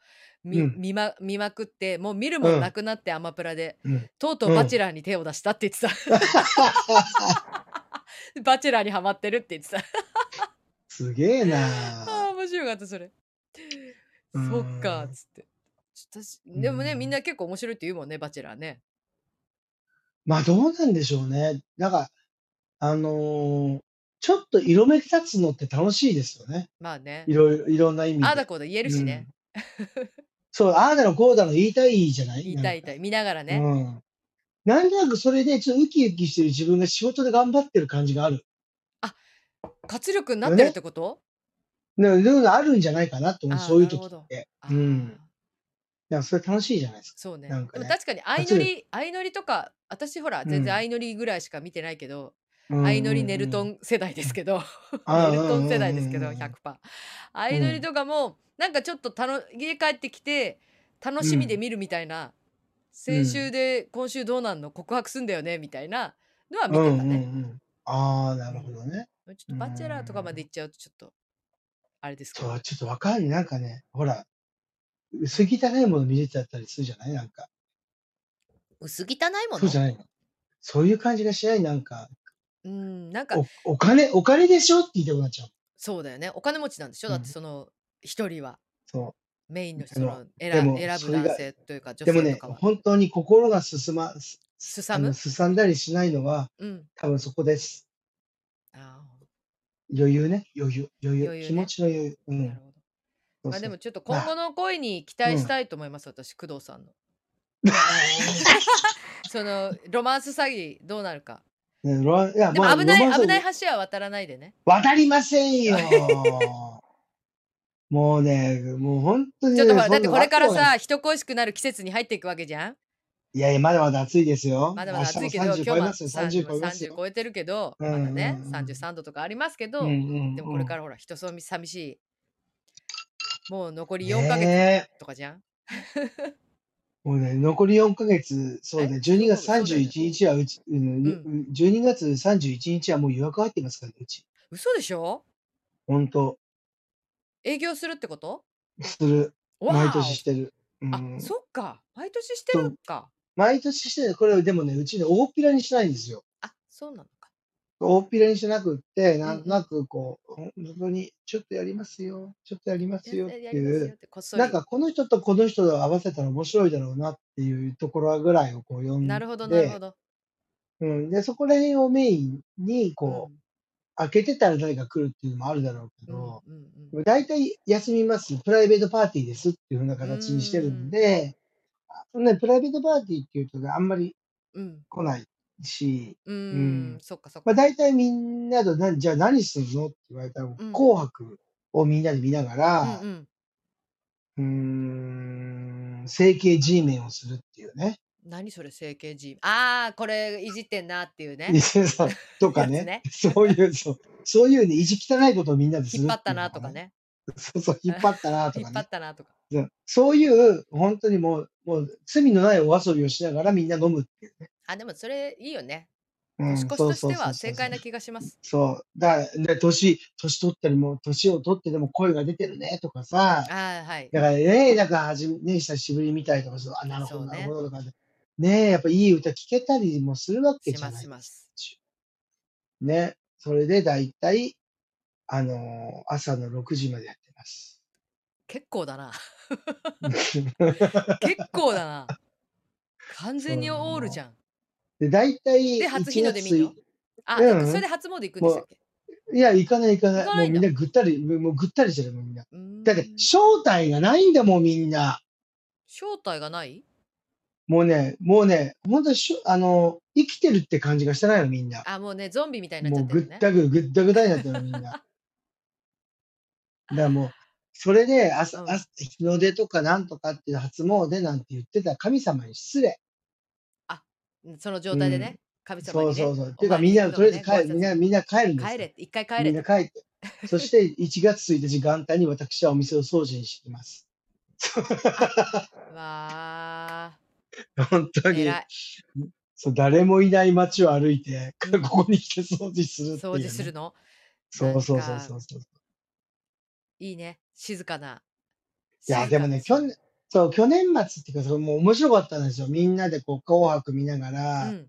う
見
ん、
見ま見まくってもう見る
う、
もんなんくなってアマプラで
うん、
とうとう
う
バチェ
ん。
ラーに手を出したって言って たバチェラーにハマってるって言ってた
すげえ
あ
な
ー面白かったそれ
う
そっかっ
ん。
つってちょっと私
う
でもねみん
ん。
な結構面白いって言うもんねバチェラーね
まあ、どうなんでしょうね。なんか、あのーちょっと色めき立つのって楽しいですよね。
まあね
いろいろ、いろんな意
あ
味
あだ
で。
こうだ言える
う
し
ん。
ね
そう、ああだのこうだの言いたいじゃない
言い
なん
たい言いた
か。
い見ながら
う
ね
ん。なんとなくそれで、ちょっとウキウキしてる自分が仕事で頑張ってる感じがある
あ活力になっ
よ
てるっ
ね。
てこと
なそういうのあるんじゃないかなって思う、
ああ
そういう
なるほ
時っ
ど
て。うん。だ
ああ
からそれ楽しいじゃないですか。
そう
な
ね
ん
で
か
も
ね。
確かに相乗
活力。
り相乗りとか私ほら
う
全然
ん。
相乗りぐらいしか見てないけど相乗りネルトン世代ですけど
ああ
ネルトン世代ですけど
うんうんうん
100%相乗りとかもなんかちょっとたの家帰ってきて楽しみで見るみたいな、先週で今週どうなんの告白すんだよねみたいなのは見
うん
て
うん
た
う
ね、
ん。ああ、なるほどね。
ちょっと「バチェラー」とかまで行っちゃうとちょっとあれですけど
そう、ちょっとわかんない。なんかね、ほら、薄汚いもの見れちゃったりするじゃないなんか。
薄汚いも
そうじゃ
の
ないの。そういう感じがしない。なんか、
うんなんか
おお金、お金でしょって言いたくなっちゃう。
そうだよねお金持ちなんでしょ、だって
うん
その一人は
そ
メインの人
でも
の
で
選
も
選
そ
ぶ
れが
男性というか
う。
女
でも
性と
ね
かは、、
本当に心が進ま、す
すさ
あの
む、
すさんだりしないのは、
うん、
多分そこです。
あー
余裕ね。余裕。余裕。
余裕ね
気持ちの余裕。う
なる
ん。
ほど。
そう
ま
そ
あ
う
でもちょっと今後の恋に期待したいと思います、私、工藤さ んの。そのロマンス詐欺どうなるか。
ねロマンいや、
でも危な
ロマン
い
ス
危ない橋は渡らないでね。
渡りませ んよ。もうね、もう本当に、
ち
ね。
ょっとほら
そん
だ
な
ってこれから
わけわん
さ人恋しくなる季節に入っていくわけじゃん。
いやいや、まだまだ暑いですよ。
まだまだ暑いけど
明
今
日
日
も30超え
は
ますよ。30超えます
30
よ。
超えてるけど
うん
まだね
うんうん
33度とかありますけど、
うんうんうん
でもこれからほら人そうみ寂しい。もう残り4ヶ月
ねえ
とかじゃん。
もうね、残り4ヶ月、そうね、
え
12月
そうだよね
31日はうち、うん
うん
12月31日はもう予約入ってますからね、うち。
嘘でしょ
本当
営業するってこと
する。
わ
毎
ーお
年してる。う
あ、
ん、
そっか。毎年してるか。
毎年してる。これ、でもね、うちね、大っぴらにしないんですよ。
あ、そうなのか。
大っぴらにしなくって、なんとなくこう、本当に、ちょっとやりますよ、ちょっとやりますよって
ややります
い
よ
う
っ、てこっそり。
なんかこの人とこの人を合わせたら面白いだろうなっていうところぐらいをこう読んで、
なるほど、なるほど。
うん、でそこら辺をメインにこう、開けてたら誰か来るっていうのもあるだろうけ
うん、うん
ど、
うんうん
大体休みます、プライベートパーティーですっていうふうな形にしてるんで、あね、プライベートパーティーっていうとね、あんまり
うん。
来ないし、
う
うん
ん。そっかそっ
まあ、
か。
大体みんなと何、じゃあ何するのって言われたら、
ん
紅白をみんなで見ながら
うん、うん。
うーん、整形 G メンをするっていうね。
何それ整形人ああ、これいじってんなっていうね。
2000さんとかね
や
そういう、そう、そういうね、意地汚いことをみんなでする
引っ張
て
っ
い
た
う
な
の
と
が
か。ね。
そうそう、引っ張ったなと
引
か
っ張
ね
っ。たなとか。
そうそういう、本当にもう、もう罪のないお遊びをしながらみんな飲むっていうね。
あ、でもそれいいよね。
う
年越
ん、
し
そ
と
う
し
そう
て
そうそ
は
う
正解な気がします。
そう。だから、ね、年、年取ったりも、年を取ってでも声が出てるねとかさ。
ああ、はい。
だからね、なんかはじめ、ね、久しぶりみたいとかそう、あ、なる
そ
ほど、
うね
なるほどとかね。ねえ、やっぱいい歌聴けたりもするわけ
し
じゃ
ます
な
し。ま
い
す。
ね。それで大体、あのー朝の6時までやってます。
結構だな。結構だな。完全に
そうなの
オールじゃん。
で、大体、
で、初日の出見る
1
の
月
あ、
うん
それで初詣行くんでしたっけ
いや、行かない行かない。
行か
も
な
う
いん
み
だ
んなぐったり、もうぐったりしてるもんみんな。
うーん
だって、正体がないんだもん、みんな。
正体がない
もうね、もうね、本当にしょ、あのー生きてるって感じがしてないの、みんな。
あ、もうね、ゾンビみたいになっ
も
ちゃ
う
ってる
ぐっ
ね。
たぐ、ぐったぐたになってるの、みんな。だからもう、それで朝、
うん
朝、日の出とかなんとかっていう初詣なんて言ってた神様に失礼。
うんその状態でね、
うん
神様
そ
に
う
ね。
そうそう。って
お
いうか、
参り
みん
行
な、
く
とりあえ
のがね
ず帰る、みんな、みんな帰るん
ご挨拶
です
帰
よ
れって、一回帰
み
れ
ん
っ
な
て。
帰って。 そして1月1日元旦に私はお店を掃除にしてきます。
わ
本当
ー、
に。
偉い。
そう誰もいない街を歩いて、
うん
ここに来て掃除するっていう、
掃除する。の
そうそうそう
な
そ
ん
うそう。
いいね。静かな。
いや、でもね、
静か
去
な
年、そう、去年末っていうか、それもう面白かったんですよ。みんなでこう、紅白見ながら、
うん。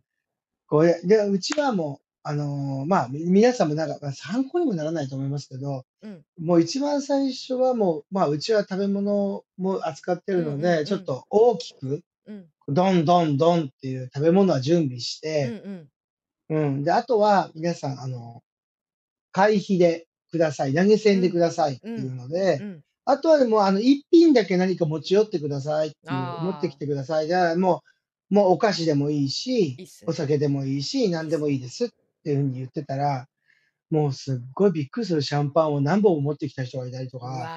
こうやで、うちはもう、あのーまあ、み皆さんもなんか、参考にもならないと思いますけど、
うん
もう一番最初はもう、まあ、うちは食べ物も扱ってる
う
ので、
んうんうん
ちょっと大きく、
うん。
どんどんどんっていう食べ物は準備
う
し
ん
て、
うん。
うん。で、あとは皆さん、あの、会費でください。投げ銭でくださいっていうので、
うん。
あとはもう、あの、一品だけ何か持ち寄ってくださいっていう、
あー
持ってきてください。じゃあ、もう、もうお菓子でもいいし、
いいっすね
お酒でもいいし、何でもいいですっていうふうに言ってたら、もうすっごいびっくりするシャンパンを何本も持ってきた人がいたりと
う
か、
わ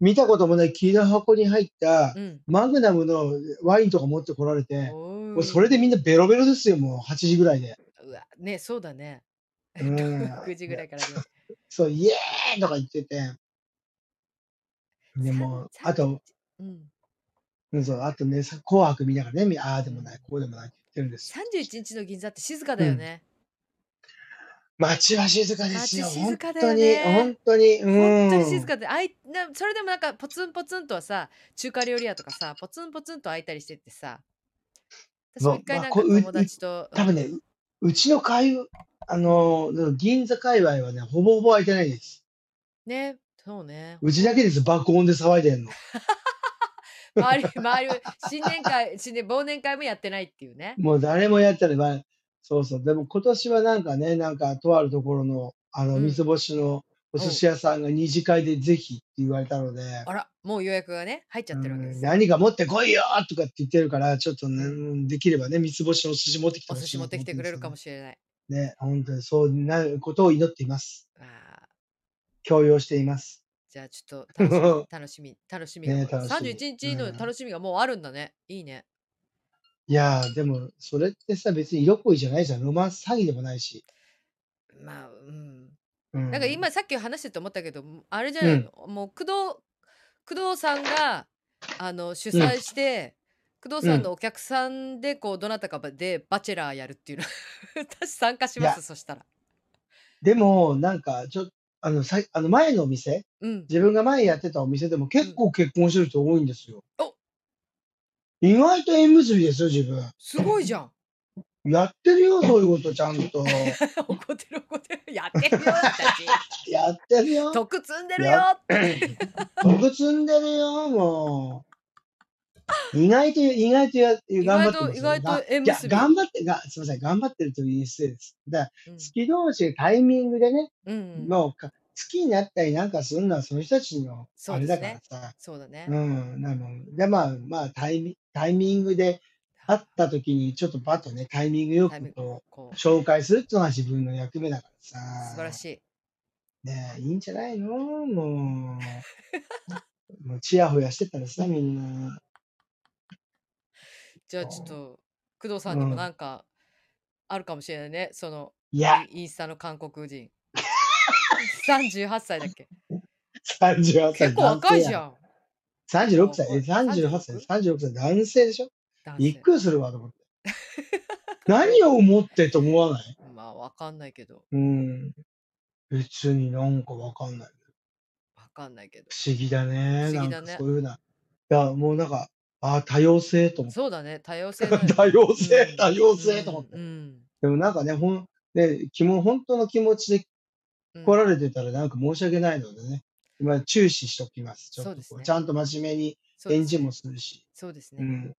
見たこともない黄色い箱に入った
ー。うん。
マグナムのワインとか持ってこられて、
お
もうそれでみんなベロベロですよ、もう8時ぐらいで。
うわね、そうだね。
う ん。
6時ぐらいからね。
そう、イエーイとか言ってて。で
さ
も、あ
3
と、
時、うん。
うんそう、あとね、さ紅白見ながらね、みああでもない、こうでもないって言ってるんです
31日の銀座って静か
よ。
だ
う
よ
ん。
ね。
街は静かです
街
よ。
静
本
かだ
当
よ
に、
ね。
本当に、
本当に
う
静
ん。
かで、あい、な、それでもなんかポツンポツンとはさ、中華料理屋とかさ、ポツンポツンと開いたりしてってさ、私も
そ
一
う、
回
まあ、
なん
こ
か
う、う、
友
う、
達と、う
多分
ん、
ね、ううちの界隈、あの、銀座界隈はね、ほぼほぼ空いてないです。
ね、そうね、
う
本
ち
当
だけです、爆音で騒いでんの。
周り、周り、新年会、新年、忘年会もやってないっていうね。
もう誰もやったらば、そうそう。でも今年はなんかね、なんかとあるところの、あの、
う
三つ
ん。
星のお寿
おう。
司屋さんが二次会でぜひって言われたので、
あら、もう予約がね、入っちゃ
う
ってるわけで
ん、
すよ。
何か持ってこいよとかって言ってるから、ちょっとね、
う。
うんんできればね、三つ星のお寿司持ってきて
お
ほ
寿
し
司
い
持
な
っ
と
てき
思っ
て
てるん
く
で
れ
す
る
け
か
ど
もしれない。
ね、ね、本当にそうなることを祈っています。
わあ、
強要しています。
じゃあちょっと楽しみ、楽し み、楽しみが
ね、
これ。
楽し
31
み。う
日の
ん。
楽しみがもうあるんだね。いいね。
いやー、でも、それってさ、別に色恋じゃないじゃん。ロマンス詐欺でもないし。
まあ、うん。
う
なんか
ん。
今さっき話してて思ったけど、もあれじゃ
う
ない
ん。
のもう工藤、工藤さんが、あの、主
うん。
催して、工藤
う
さん
ん。
のお客さんで、こう、どなたかでバチェラーやるっていうの。 私参加し
い
ま
や、
す、そしたら。
でも、なんか、ちょっと、あの、さい、あの前のお店、
うん、
自分が前やってたお店でも
う
結
ん。
構結婚してる人多いんですよ。
お、
意外と縁結びですよ、自分。
すごいじゃん。
やってるよ、そういうことちゃんと。
怒ってる怒ってる。やってるよ、 私。
やってるよ。
得積んでるよ
や、
って。
得積んでるよ、もう。意外と、意外とや、
意
頑
外
張って
と、
ま
意外
すよ。
と
が、
縁
いや、
結び。
頑張って、が、すみません、頑張ってるという失礼です。だから、
う
好
ん。
き同士でタイミングでね、
うん。
もうか、好きになったりなんかするのはその人たちの
そ
あ
う
れ
で
だ
す
から
ね。
さ。
そうだね。
うん、なので、まあ、まあタイミ、タイミングで会っ
はあ
た時に、ちょっとパッとね、タイミングよ
タイ
く
ミング、
と
こ
紹介するっていうのが自分の役目だからさ、
う、素晴らしい。
ねえ、いいんじゃないのもう、 もう、ちやほやしてたらさ、みんな。
じゃあちょっと、工藤さ
うん
にも
ん。
なんかあるかもしれないね。その、
い
イ
や、
ンインスタの韓国 人。38歳だっけ
38
結
歳
構
男
若い
性や
じゃ
ろ。
ん。結
36
構
歳、
若
え、
い。
38歳、
36?
36歳、男性でしょ
男
びっ
性。
くりするわ、と思って。何を思ってと思わない
まあ、わかんないけど。
うん。別になんかわかんない。
わかんないけど。
不思議だ
不
ね。
思議
なん
だ
か
ね。
そういうふうな。いや、もうなんか、ああ、多様性と思っ
そうだね。多様性だ
て。
よ
多
ね。
様
う
性、
ん。
多様
う
性と思っ
ん。
て。
うん。
でもなんかね、ほん、ね、気も、本当の気持ちで
う
来
ん。
られてたらなんか申し訳ないのでね。今、注視しときます。ちょっ
そう
と
です
こう、ち
ね。
ゃんと真面目に
そうで
返
す
事も
ね。
するし。
そうです
う
ね。
ん。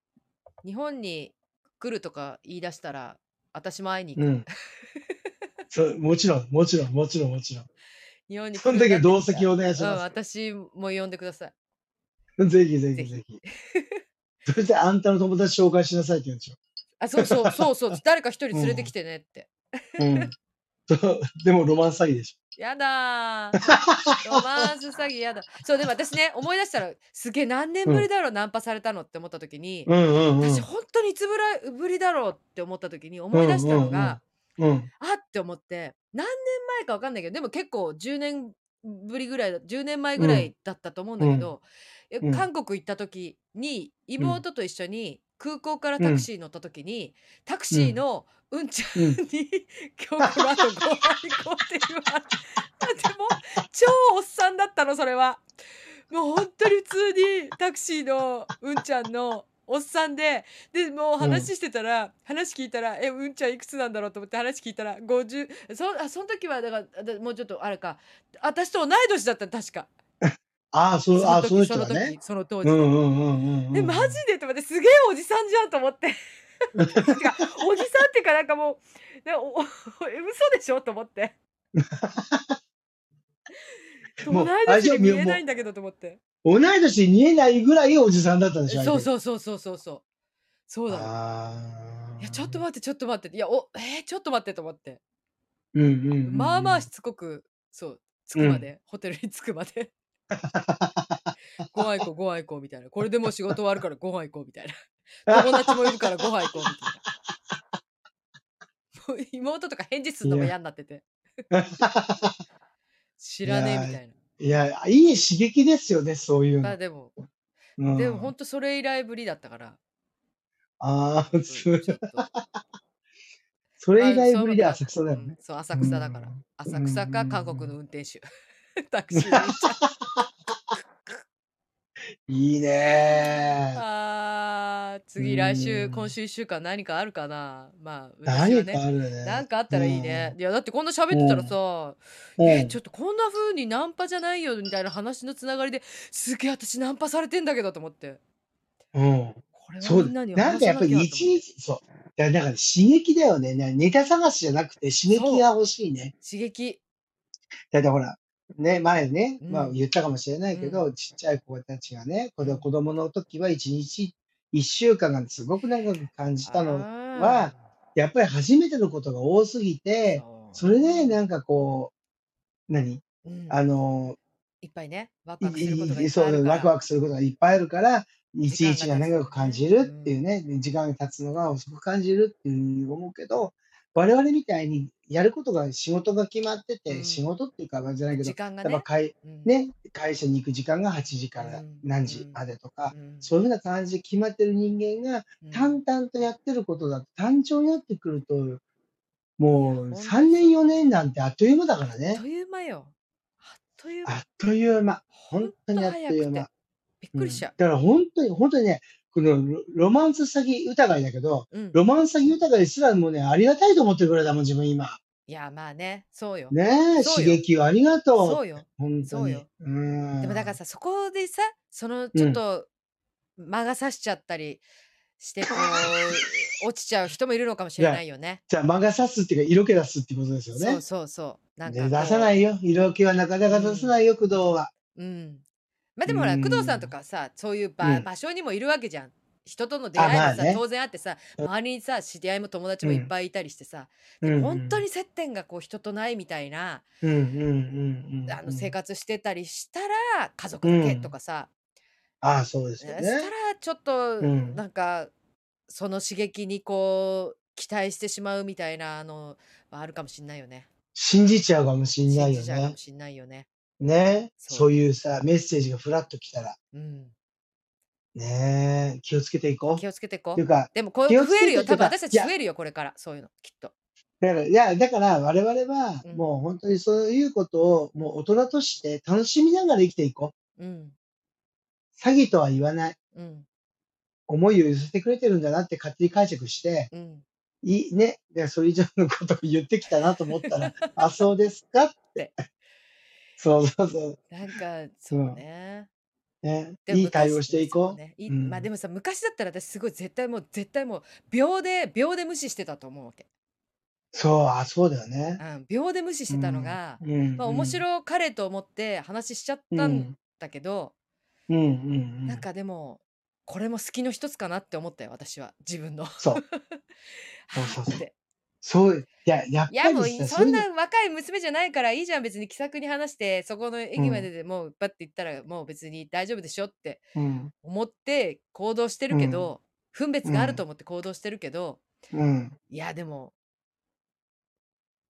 日本に来るとか言い出したら、私も会いに行
う
く。
ん。そう、もちろん、もちろん、もちろん、もちろん。
日 本に
そ
来る
の
ん
時
だ
は
って言った
同席
ら、
お願いし
うん、
ますよ。
私も呼んでください。
ぜひぜ
ぜ
ひぜ
ひ。
ひ。 そしてあんたの友達紹介しなさいって言うんですよ。
あ、そうそう、そう そう、誰か一人連れてきてねって。
うん。うん。 そうでもロマンス詐欺でし
や だー。ロマンス詐欺やだ。そう、でも私ね、思い出したら、すげえ何
ょ。
年
う
ぶり
ん。
だろう、ナンパされたのって思った時に、
うんうんう
私
ん。
本当にいつぶらぶりだろうって思った時に
う
思い出
ん
し
う
たの
んう
が、
ん。うん。
あって思って、何年前かわかんないけど、でも結構10年ぶりぐらいだ、10年前ぐ
う
ら
ん。
いだったと思うんだ
う
け
ん。
ど、え
うん。
韓国行った時に、
うん。
妹と一緒に空港から
う
タク
ん。
シー乗った時に、タク
う
シー
ん。
のうんち
うん。
ゃんに、今日この後ご飯行こうって言われて、でも、超おっさんだったの、それは。もう本当に普通にタクシーのうんちゃんのおっさんで、で、もう
うん。
話してたら、話聞いたら、え、うんちゃんいくつなんだろうと思って話聞いたら、50、そ、あ、その時は、だから、だもうちょっと、あれか、私と同い年だったの、確か。
ああ、そう、
その
ああ、そ
時、そ
の人
の
がね。
時、その当
うん
時。
うんうんうん
で、マ
う
ジ
んうん。
でと思って、すげえおじさんじゃんと思 って。てか、おじさんっていうかなんかもう、ね、お、 お嘘でしょと思って。同
も、
いう
あれ
年
じゃ
に
み
見
ょ
えない
も
んだけどと思って。
う、同い年に見えないぐらいおじさんだったでし
え
ょ、
そ
相
う
手が。
そうそうそうそうそう。そうなの。いや、ちょっと
ああ。
待って、ちょっと待って。いや、お、えーちょっと待ってと思って。
うんうんう
まあまあ
ん
しつこく、そう、着く
うん。う
ま
ん。
で、ホテルに着くま で、ご飯行こう、ご飯行こうみたいな。これでもう仕事終わる からご飯行こうみたいな。友達もいるからご飯行こうみたいな。妹とか返事するのも嫌になってて。知らねえみたいな。
いや、いい刺激ですよね、そういう
ま
の
あ。でも、
うん、
でも本当それ以来ぶりだったから。
あ
う
あ、
ん
それ
ちょっと
それ以来ぶりで
あ
浅草だよね。。
そういうわけうんそう、浅草だから。
うん
浅草
う
か
ん
韓国の運転手。 タクシーに。
いいねー
あー次来週、
うん
今週1週間何かあるかなまあ、私は
何
ね
か。あるね。
なんかあったらいいね。いや、だってこんな喋ってたらさ、
うん。
え、ちょっとこんな風にナンパじゃないよみたいな話のつながりですげえ私ナンパされてんだけどと思って。
うん。
これ
そ
は
う
みんな
だ。
に
なんかやっぱり一
刺
日、そう。いや、だから刺激だよね。なネタ探しじゃなくて刺激が欲しいね。
激。
だってほら、ね、前ね、
うん
まあ言ったかもしれないけど、ちっちゃい子たちがね、子
うん
供子供の時は一日、一週間がすごく長く感じたの。
あ
はやっぱり初めてのことが多すぎ
ー
て、それで、なんかこう、何
ううん
あの、
いっぱいね、ワク
い
ワクすることが
い
いっぱい
いそ
あるか
う
ら。
ワクワクすることがいっぱいあるから、いちいち
時
が
間が経つ
長く感じるっていう
ね
ね、時間が経つのが遅く感じるっていうふうに思うけど、我々みたいにやることが仕事が決まってて、
うん
仕事っていうか、じゃないけど、
時間が
やっぱ
ね。
会,、
うん
ね、会社に行く時間が8時か
う
ら
ん
何時までとか、
うん
そういうふうな感じで決まってる人間が、
うん
淡々とやってることだと単調になってくると、もう
いや
3年4年なんてあっという間だから
あっ
ね
と。いう間よ。あっという
あ
間
っ。という間。
本
本当にあっという間。
びっくりしち
う
ゃ
んだから本当に、本当にね、このロロマンス詐欺疑いだけど、
う。うん。
ロマンス詐欺疑いすらもうね、ありがたいと思ってるぐらいだもん、自分今。
いや、まあね、そうよ。
ねえ、
そう
刺
よ
激をありがと。
そううよ。
本当
そう
に。
よ
ん。
でもだからさ、そこでさ、そのちょっと間が差しちゃったりして、こう、落ちちゃう人もいるのかもしれないよね。
じゃあ、間が差すっていうか、色気出すってことですよ
そ
ね
う。そうそう。なんか
ね
こう
出さないよ。色気はなかなか出さないよ、工藤は。
うん。まあでもほら、
うん
工藤さんとかさ、そういう場,、
うん
場所にもいるわけじゃん。人との出会いも
あまあ
さ、
ね
当然あってさ、周りにさ、知り合いも友達もいっぱいいたりしてさ、
うん
本当に接点がこう人とないみたいな、
うんうんうんうん。
あの生
活。
活してたりしたら、家族だけとかさ、
ああ、そうです
ね
よ
そしたら
ね。
ちょっと、
うん
なんか、その刺激にこう、期待してしまうみたいなのはあるかもしんないよね。
信じちゃうかもしんな
信
いよ
じちゃうか
ね
も。しんないよね。
ね
そう
そういうさ、メッセージがフラッと来たら。
うん。
ねえ、気をつけていこう。
気をつけていこ
っていう
う。
か、
でもこう
気
増
をつけ
えるよ。
てと
多
いうか
分私たち
いや
増えるよ、これから。そういうの、きっと。
だから、いや、だから我々は
うん、
もう本当にそういうことを、もう大人として楽しみながら生きていこ
うん。
う。詐欺とは言わない。
うん。
思いを寄せてくれてるんだなって勝手に解釈して、
うん。
いいね。でそれ以上のことを言ってきたなと思 ったら、あ、そうですかって。そうそう そう。
なんか、そうね。
ね、
でも
いい対応
昔
してい
そ
こう。
ねい
ん
まあでもさ、昔だったら私すごい絶対もう、絶対もう、秒で、秒で無視してたと思うわけ。
そう、あ、そうだよね
う。ん。秒で無視してたのが、
うん、うん
まあ面白彼と思って話しちゃったんだけど、
うんうんうん。
なんかでも、これも好きの一つかなって思ったよ、私は。自分の。は
そう。
あ
そ うそうそう
って
そう、いや、やっ
い
ぱ
や
り
もう
さ
い
そ
そ
うんいうの
な若い娘じゃないからいいじゃん別に気さくに話してそこの駅まででもうバッて行ったらもう別に大丈夫でしょって
うん、
思って行動してるけど、分別があると思って行動してるけど、
うん、
いやでも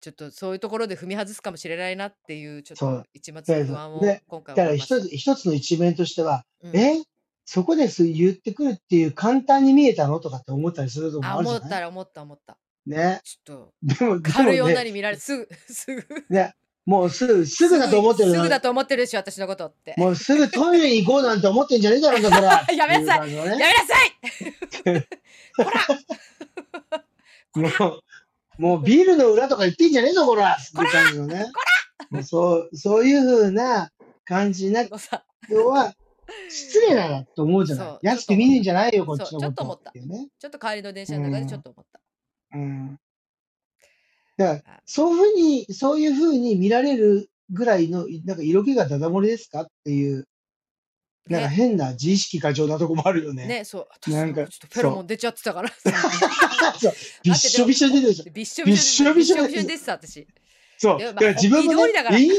ちょっとそういうところで踏み外すかもしれないなっていうちょっ
そ
と
う
一
そう
末
で
の
す
不安を
で
今回
だから
思いました
一つ、一つの一面としては、
うん
えそこです言ってくるっていう簡単に見えたのとかって思ったりするとも
あ
あるじ
思
ゃ
った
ない
ら思った思った
ね。
ちょっ
でも、
と軽い
でも
女
ね、
に見られすぐすぐ
ねもうすぐ、すぐだと思ってる
す
の
ぐ。だと思ってるでしょ私のことって
もうすぐトイレに行こうなんて思ってんじゃねえだろうか、こら
やめなさ
いいう感じの
や
ね
めなさい
もう、もうビルの裏とか言ってんじゃねえぞ、こらっていう感じのね。もうそう、そういうふうな感じになっ
もうさ
要は、失礼だなと思うじゃな
そう
い。安く見るんじゃないよ、こっちのこ
そ
と。
うちょっと思った
ていうね。
ちょっと帰りの電車の中でちょっと思った。
うん。だから
あ、
そういうふうに、そういうふうに見られるぐらいの、なんか色気がダダ漏れですかっていう、なんか
ね
変な自意識過剰なとこもあるよね。
ねそう私
な
なん
ん
か
か
ちょっとフェロモン出ちゃってたから
そうびっしょびしょに出てるじゃん。
びっしょ
び
び
っ
し
し
ょび
ょび
し
し
ょ
ょ
びしょに出てた私
そう。
でも
だから自分
まあ
も
本気通りだから
ね、いい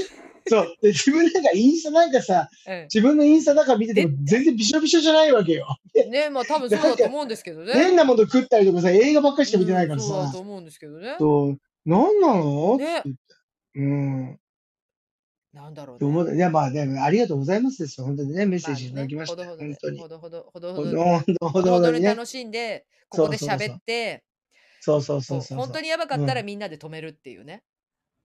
そう。で、自分なんかインスタなんかさ、
え
自分のインスタなんか見てても全然びしょびしょじゃないわけよ。
えねまあ多分そうだと思うんですけどね。
変なもの食ったりとかさ、映画ばっかりしか見てないから
うんそうだ
さ
と。思うんですけどね。
そう。なんなの
ね、
うん。
なんだろう
と思
ね。
ういや、まあ、でも、ありがとうございますですよ。本当にね、メッセージいただきました。
まあね
本当に。
ほどほどほどほ
ほ
どほどほど
ど
に
ほどほどほどに
に
ね。
楽しんで、ここで
そうそうそう
喋って、
そうそうそ
こ
う
う
そう。
本当にやばかったら
う
みんなで止めるっていうね。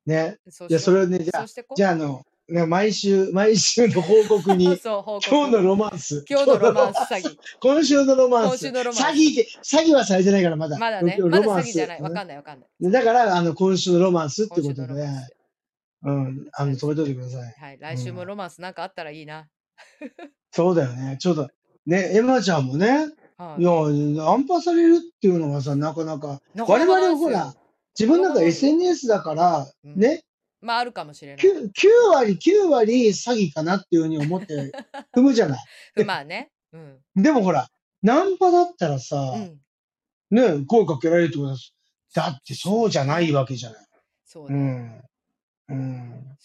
ね。
そう
いや、
し
そ
よう
れをね、じゃ
そ
あ
う、してこう
じゃあ、あの、ね、毎週、毎週の報告 に、
そう報告
今日のロマンス。
今日のロマンス詐欺。
今週のロマンス。
今週のロマンス
詐欺で、詐欺はされてないから、まだ。
まだね、
ロ
まだ
マ
詐
ン
欺
ス
じゃない。わかんないわかんない。
ねだから、あの、今週のロマンスって
今
こ
週
と
の
で
ロマンス
ね。うん。あの、止めといてください。
はい、来週
う
も
ん
ロマンスなんかあったらいいな。
そうだよね。ちょっと、ね、エマちゃんもね、
はいい。
や、ナンパされるっていうのがさ、なかなか、
なか
我
なかない
々
です
ほ
よ
ら、自分なん
なかな
か
か
SNS だから、
うん
ね、
まああるかもしれない。
9, 割、9割詐欺かなっていうふうに 思って踏むじゃない。
まあね。うん。
でもほら、ナンパだったらさ
う、ん。
ね、声かけられるってことです。だってそうじゃないわけじゃない。
そう
う
ね。
ん。うん。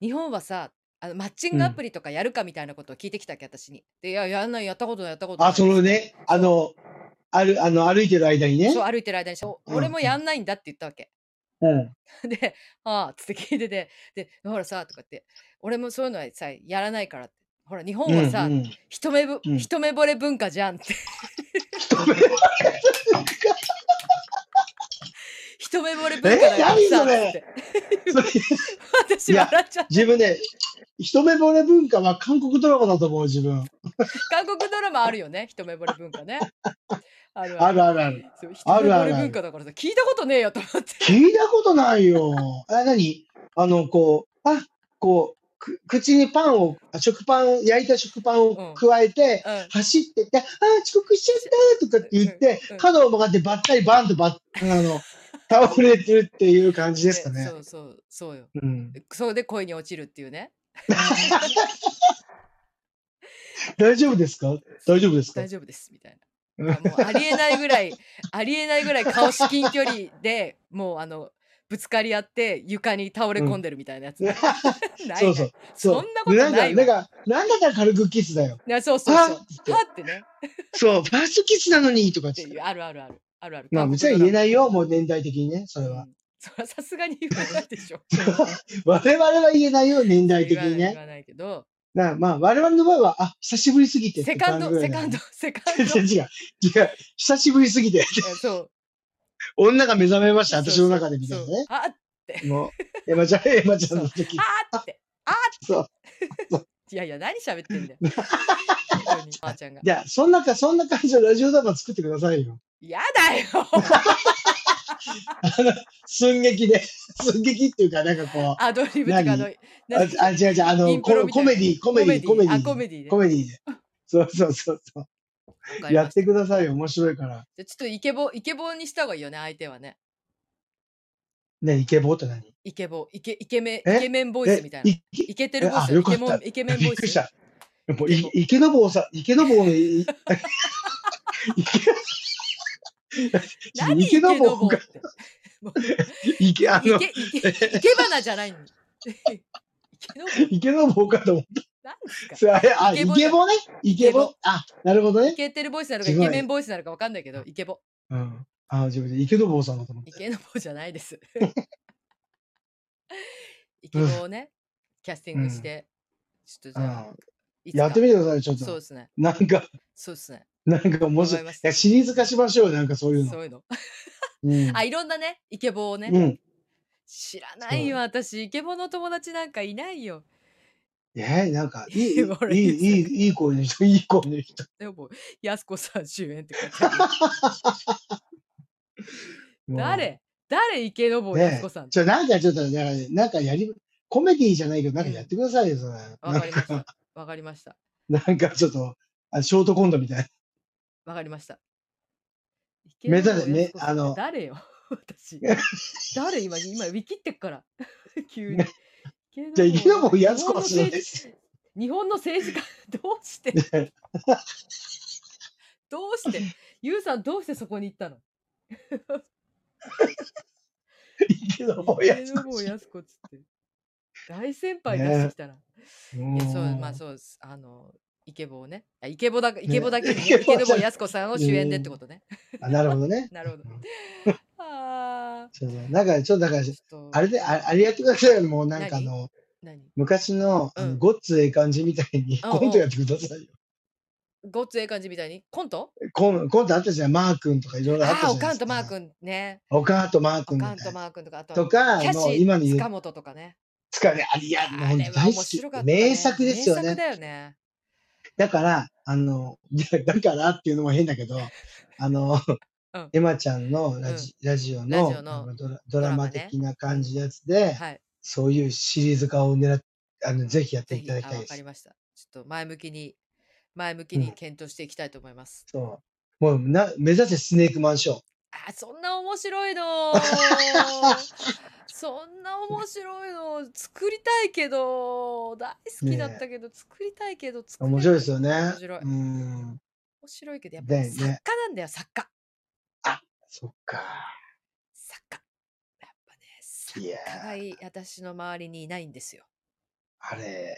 日本はさあのマッチングアプリとかやるかみたいなことを聞いてきたっけ、私に。で、いや、やんない、やったことない、やったことない。
あ、そのね、あの、ある、あの、歩いてる間にね。
そう、歩いてる間にそう
うん
俺もやんないんだって言ったわけ。
うん。
で、ああ、つって 聞いてて、で、ほらさ、とかって、俺もそういうのはさ、やらないからって。ほら、日本はさ、
うんうん
一目ぼ
うん
一目惚れ文化じゃんって。一目惚れ文化だから
え何
さ、つ
そ
っ
れ
て。
そ
私
れ
笑っちゃった。
自分ね、一目惚れ文化は韓国ドラマだと思う、自分。
韓国ドラマあるよね、一目惚れ文化ね。ある
あ
ある。
るあるある。
そう一
あ
目
るあ
惚
る
れ文化だからさ、聞いたことねえよと思って。
聞いたことないよ。 あ、何あの、こう、あ、こう、く口にパンを、あ食パン、焼いた食パン
う
を
ん
加えて、
うん
走ってって、あー、遅刻しちゃったとかって言って
うんう、ん
角を曲がってばったりバンとばっ、 あの、倒れてるっていう感じですか
で
ね
そ。うそうそうよ。
うん。
それで恋に落ちるっていうね。
大丈夫ですか大丈夫ですか
大丈夫ですみたいな。あもうありえないぐらい ありえないぐらい顔至近距離でもうあのぶつかり合って床に倒れ込んでるみたいなやつ、ね ない
そうそう
ない。そんなこと
で
ない
なん
わ。
か、なんか、なんだったら軽くキスだよ。
ねそうそうそう
パ。
パってね。
そう、ファーストキスなのにとかっ
って
て
いうあるあるあるあるある。
まあ、うちは言えないよ、もう年代的にね、それは。
うんそれはさすがに言わないでし ょ。
我々は言えないよ、年代
言
的
わない
に
言
ね。
わないけど、
なあまあ、我々の場合は、あ、久しぶりすぎてって
セカン
感じ
ド
ぐら
セ
いだ
カ
よ
ン
ね。
ドセカンド
違う、違う、久しぶりすぎて、
えそう。
女が目覚めまし
そ
た、
う
私
そう
の中でみたいな
そう
ね。
あ
もう、エマちゃん、エマちゃんの時。
あーって。
そう。
いやいや、何喋って んだよ。本当にまーちゃんが。
じゃあ、そんなか、そんな感じのラジオドラマ作ってくださいよ。
やだ よ
寸劇で、 寸劇っていうか、なんかこう、
アドリブとかあの、
あ
何
あ、違う違う、あ
イ
の、
ンプロ
コ
みたいな
コメディ、コメディ、コメデ
あ、
ィ。
コメディね。
コメディで。 そうそうそうそ
わか
う。
り
や
ま
っ
した
てくださいよ、面白いから。
じゃあちょっとイケボ、イケボにした方がいいよね、相手はね。
ね、イケボーって何
イケボ、イケ、イケメン、イ
え
ケメンボイスみたいな。
えい
イケてるボイス
えあ
よ、
よ
イ
かっ
ケ
た
モン、イケメン
び
ボ
っ
イ
くりし
スよ。
た。もう
でも
い池の坊さん、池の坊のい、い
何イケ
池の
の
坊
ボっ
が、
て。
池、あの
イ、ケ、イ ケ、イケ花じゃないの。 イケのボ
池の坊かと思っ
何ですか
た。あれ、あ、
イケ
池
ボじゃ
坊ね。池坊。あ、なるほど
イ
ね。
ケてるボイスなのか、イ
違う
ケメンボイスなのかわかんないけど、イケボ。
うん。あ、自分で池の坊さんだと思っ
イ
た。
ケのボじゃない です。イケボをね、キャスティングして、ちょっとじゃあ、
うん
いつか
やってみてください、ちょっ
そう
と。
ですね。
なんか、
そうですね。
なんか面白い。
わかり
い
ました
や、シリーズ化しましょうよ、なんかそういう
そ
の。
ういうの。
うん
あ、いろんなね、イケボをね。
うん。
知らないよ、私。イケボの友達なんかいないよ。
え、なんか、いい、い
俺
い、いい、いい声の人、いい声の人。
でも、やすこさん主演って書いてある
もう
誰誰イケのぼうやすこさんって。
じゃあなんかちょっと、なんかなんかやり、コメディじゃないけど、なんかやってくださいよ、それ。
わかりました。わかりました。
なんかちょっと、あショートコントみたいな。
わかりました。
目指せ
池坊やすこさん
めあの
誰よ 私。誰今、今、ウィキってっから。 急に。
じゃあ、池
ぼ
田
う
もやすこ
日
す
本の政
るで
治
す。
日本の政治家、 どう してどうしてゆうさん、どうしてそこに行ったの
池田もやす
池坊
こ。
やすこっつって。大先輩出してきたら。
うん
いや、そう、まあ、そうです。あの、イケボをね。あイケボだ、イケボだけにね、イケボやすこさんを主演でってことね。
あ、なるほどね。
なるほど。
うん
ああ、
そうそうなんか、ちょっとだから、
ちょっ
あ
と、
れで、ああれやってくださいよ。もうなんかあ
何
の、
何
昔の、
う
あの、
ん。
ごっつええ感じみたいに
う
コント
んう
やってくださいよ。
ん。ごっつええ感じみたいに。コント
コンコントあったじゃん。マー君とかいろいろあった
ああー、
じ
お
ゃない
か
で
ん
す
とマー
か。
君ね。
おかんとマー
お
君み
かん
た
と
いな。
マー君とか、あとあ
と
の、
か、
キャ
も
シ
う
ー
今の言う、
塚本とかね。
使うね、あれ、いや、もう
あ
本
れ
当
は
大好
面
き。
白かった
名
ね。
作です
名
よ
作
ね。
だよね。
だから、あの、いやだからっていうのも変だ けど、あの、
うん、
エマちゃんのラ
うん。
ジラジオ
ラジオ
のあ
の
のドラド
ド
ラ
ラ
マ
マね。
的な
う
感
ん。
じのやつで、
はい。
そういうシリーズ化を狙っあの、ぜひやって
ぜ
いた
ひ、
だ
あ、
きたい
わ
で
かり
す。
ました。ちょっと前向きに、前向き
う
に
ん。
検討していきたいと思います。
そう。もうな、目指せスネークマンション。
あ、そんな面白い の。そんな面白いの作りたいけど、大好きだっ
ね
たけど、作りたいけど
え。
作
面
れ
白い
な
で
い。
す
面白い。
よね。うん。
面白いけど、やっぱ
だ
ね、
よ
作
ね。
家なんだよ、作家。
あ、そっか。
作家。やっぱね、作
いやー、
家がい私の周りにいないんですよ。
あれ、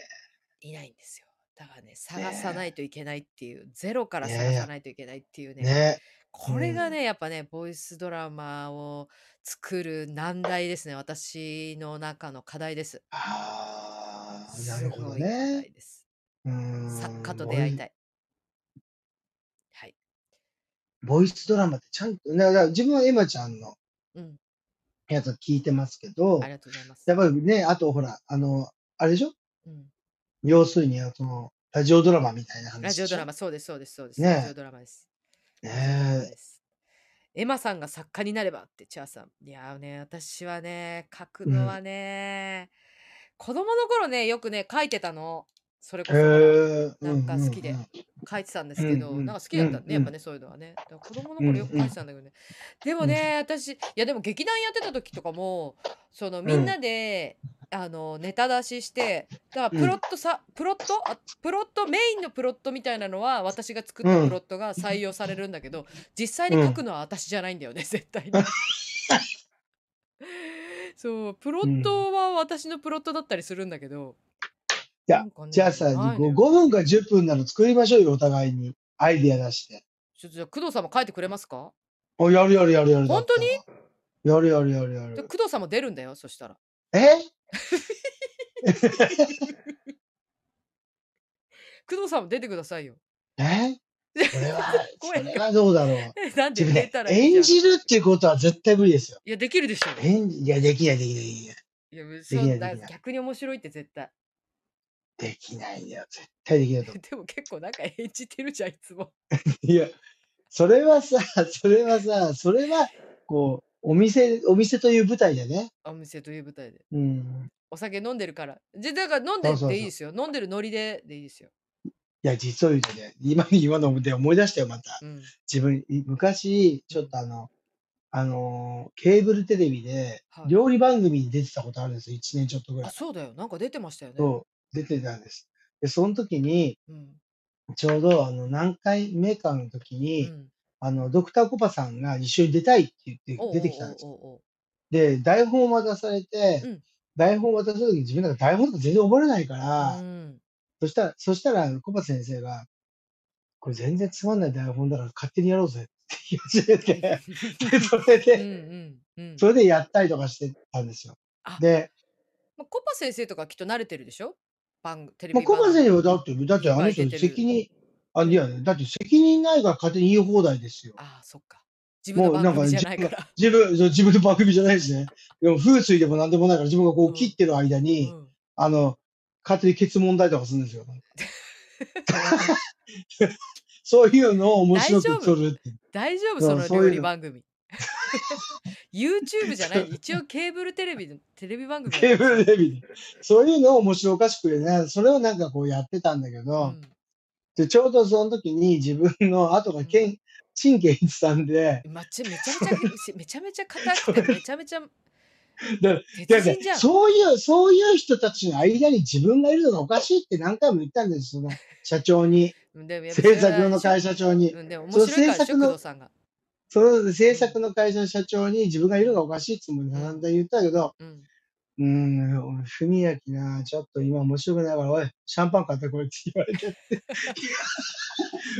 いないんですよ。だからね、探さな
ね
いといけないっていう、ゼロか
え。
ら
いや
探
い
さ
や、
ないといけないっていうね、
ねえ。う
これが
ん。
ね、やっぱね、ボイスドラマを作る難題ですね。私の中の課題です。
ああ、なる
す
ほど
ごい課
ね。
題です。
う
作家
ん、
と
ボ
出会い
イ、
たい。はい。
ボイスドラマってちゃんと、だから自分はエマちゃんの
うん。
やつ聞いてますけ
あ
ど、
りがとうございます。
やっぱりね、あとほら、あの、あれでしょ
うん。
要するに、その、ラジオドラマみたいな
ラ
話
ジ
で
オ
し
ド
ょ
ラマ、そうです、そうです、そうです。ラジオ
ね
ドラマです。
え、
ラジオドラマ
ね
です。エマさんが作家になればって、チャーさん。いやーね、私はね、書く
え、う
の
ん。
はね、子供の頃ね、よくね、書いてたの。それ
へ
こそほら、
え、う
なんか好きで
ん
書いてたんで
う
すけど、なん
ん
か好き
うん、う
だった
ん
ね、
う
やっぱ
ん
ね、そういうのはね。だから子供の
うん、
頃
う
よ
ん
く
う
書いて
ん、
たんだけどね。でも
うん、
ね、私、いやでも劇団やってた時とかも、その
う
みん
ん、
なで、あの、ネタ出しして、だから
う
プロ
ん、
ットさ、プロットあプロット、メインのプロットみたいなのは、私が作っ
う
たプロ
ん、
ットが採用されるんだけど、実際に
う
書く
ん、
のは私じゃないんだよね、絶対に。 そう、プロッ
うん。
トは私のプロットだったりするんだけど、
じゃ
な
あ、
んか
じゃあ
ね、
さ、
ないの
5、
よ。
分か10分なの作りましょうよ、お互いに。アイディア出して。
ちょっとじゃあ、工藤さんも書いてくれますか
お、やるやるやるやる、だ
本
っ
当
た
に
ら。やるやるやるや
じゃあ、
る。
工藤さんも出るんだよ、そしたら。
え
工藤さんも出てくださいよ。
えそれは、そ
声
れ
が
はどうだろう。
なん で
自
出
分ね、
たらいいじ
演
ゃん。
じるっていうことは絶対無理ですよ。
いや、できるでしょ。
演じ、いや、できない、できない、できない。
いや、
で
そ
きな
う
い、で
だ、
きない。
逆に面白いって絶対。
できないよ。絶対できないと思
でも結構なんか演じてるじゃん、いつも。
う。いや、それはさ、それはさ、それは、こう、お店、お店という舞台でね。
お店という舞台で。
うん。
お酒飲んでるから。じゃ、だから飲ん
そ
で
う
っ
そう
ていい
そ
で
う。
すよ。飲んでるノリででいいですよ。
いや、実を言うとね、今、今ので思い出したよ、また。
うん、
自分、い昔、
う
ちょっ
ん。
とあの、あのーケーブルテレビで、
はい。
料理番組に出てたことあるんですよ。1年ちょっとぐら
あ、
い。
そうだよ。なんか出てましたよね。
そう、出てたんです。で、その時に、
うん、
ちょうど、あの、何回目かの時
う
に、
ん。
あの、ドクターコパさんが一緒に出たいって言って
おう
出てきたんですよ。
おうおうおうおう。
で、台本を渡されて、
うん、
台本を渡す時に自分なんか台本とか全然覚えられないか
う
ら、
ん。
そしたら、そしたら、コパ先生が、これ全然つまんない台本だから勝手にやろうぜって言い始めて、で、それ
うん
で、
うんうん。
それでやったりとかしてたんですよ。
あ、
で、
まあ、コパ先生とかきっと慣れてるでしょ番テレ
まあ、
ビ
コ
番
バ先
組
生はだって、だ
い
っ
って
あ
ぱ
の
い出
人
て
責
る。
任、あ、い
ね。
や、だって責任ないから勝手に言い放題ですよ。
ああ、そっか。自分の
も
番
うなんか
組じゃ
自
ない
分
か
が、
ら。
自分、 そう自分の番組じゃないですね。でも風水でも何でもないから自分がこ
う
う切
ん。
ってる間
う
に、
ん。
あの、勝手に結問題とかするんですよ。なんかそういうのを面
大
白
丈
く
夫
取るっていう。
大丈夫そ
そう、
の
そう
料
いう
理
の。
番組。YouTube じゃな
そう
い一応ケーブルテレビの、テレビ番組だっ
ケ
た
ー
んですよ。
ブルテレビで。そういうのを面白おかしくでね、それをなんかこうやってたんだけ
う
ど、
ん。
で、ちょうどその時に自分の、あとが
うん。
けん、陳建一さんで、
まちめちゃめちゃ、しめちゃめちゃ硬く
そ
て、
れ
めちゃめちゃ
だ
鉄
だから
人じゃん。
そういう、そういう人たちの間に自分がいるのがおかしいって何回も言ったんです、その社長に、
うんでもやっぱそ
制
れ
作
はあれで
の
しょ
会社長に。
うん、でも面
その
白い
制
からでしょ
作
工
の、
藤さんが。
その
う
制
ん。
作の会社の社長に自分がいうるのが
ん。
おかしいっても
う
並ん
ん。
で言ったけど、
うん。
うーん、文明な、ちょっと今面白くないから、おい、シャンパン買ってこいって言われてって。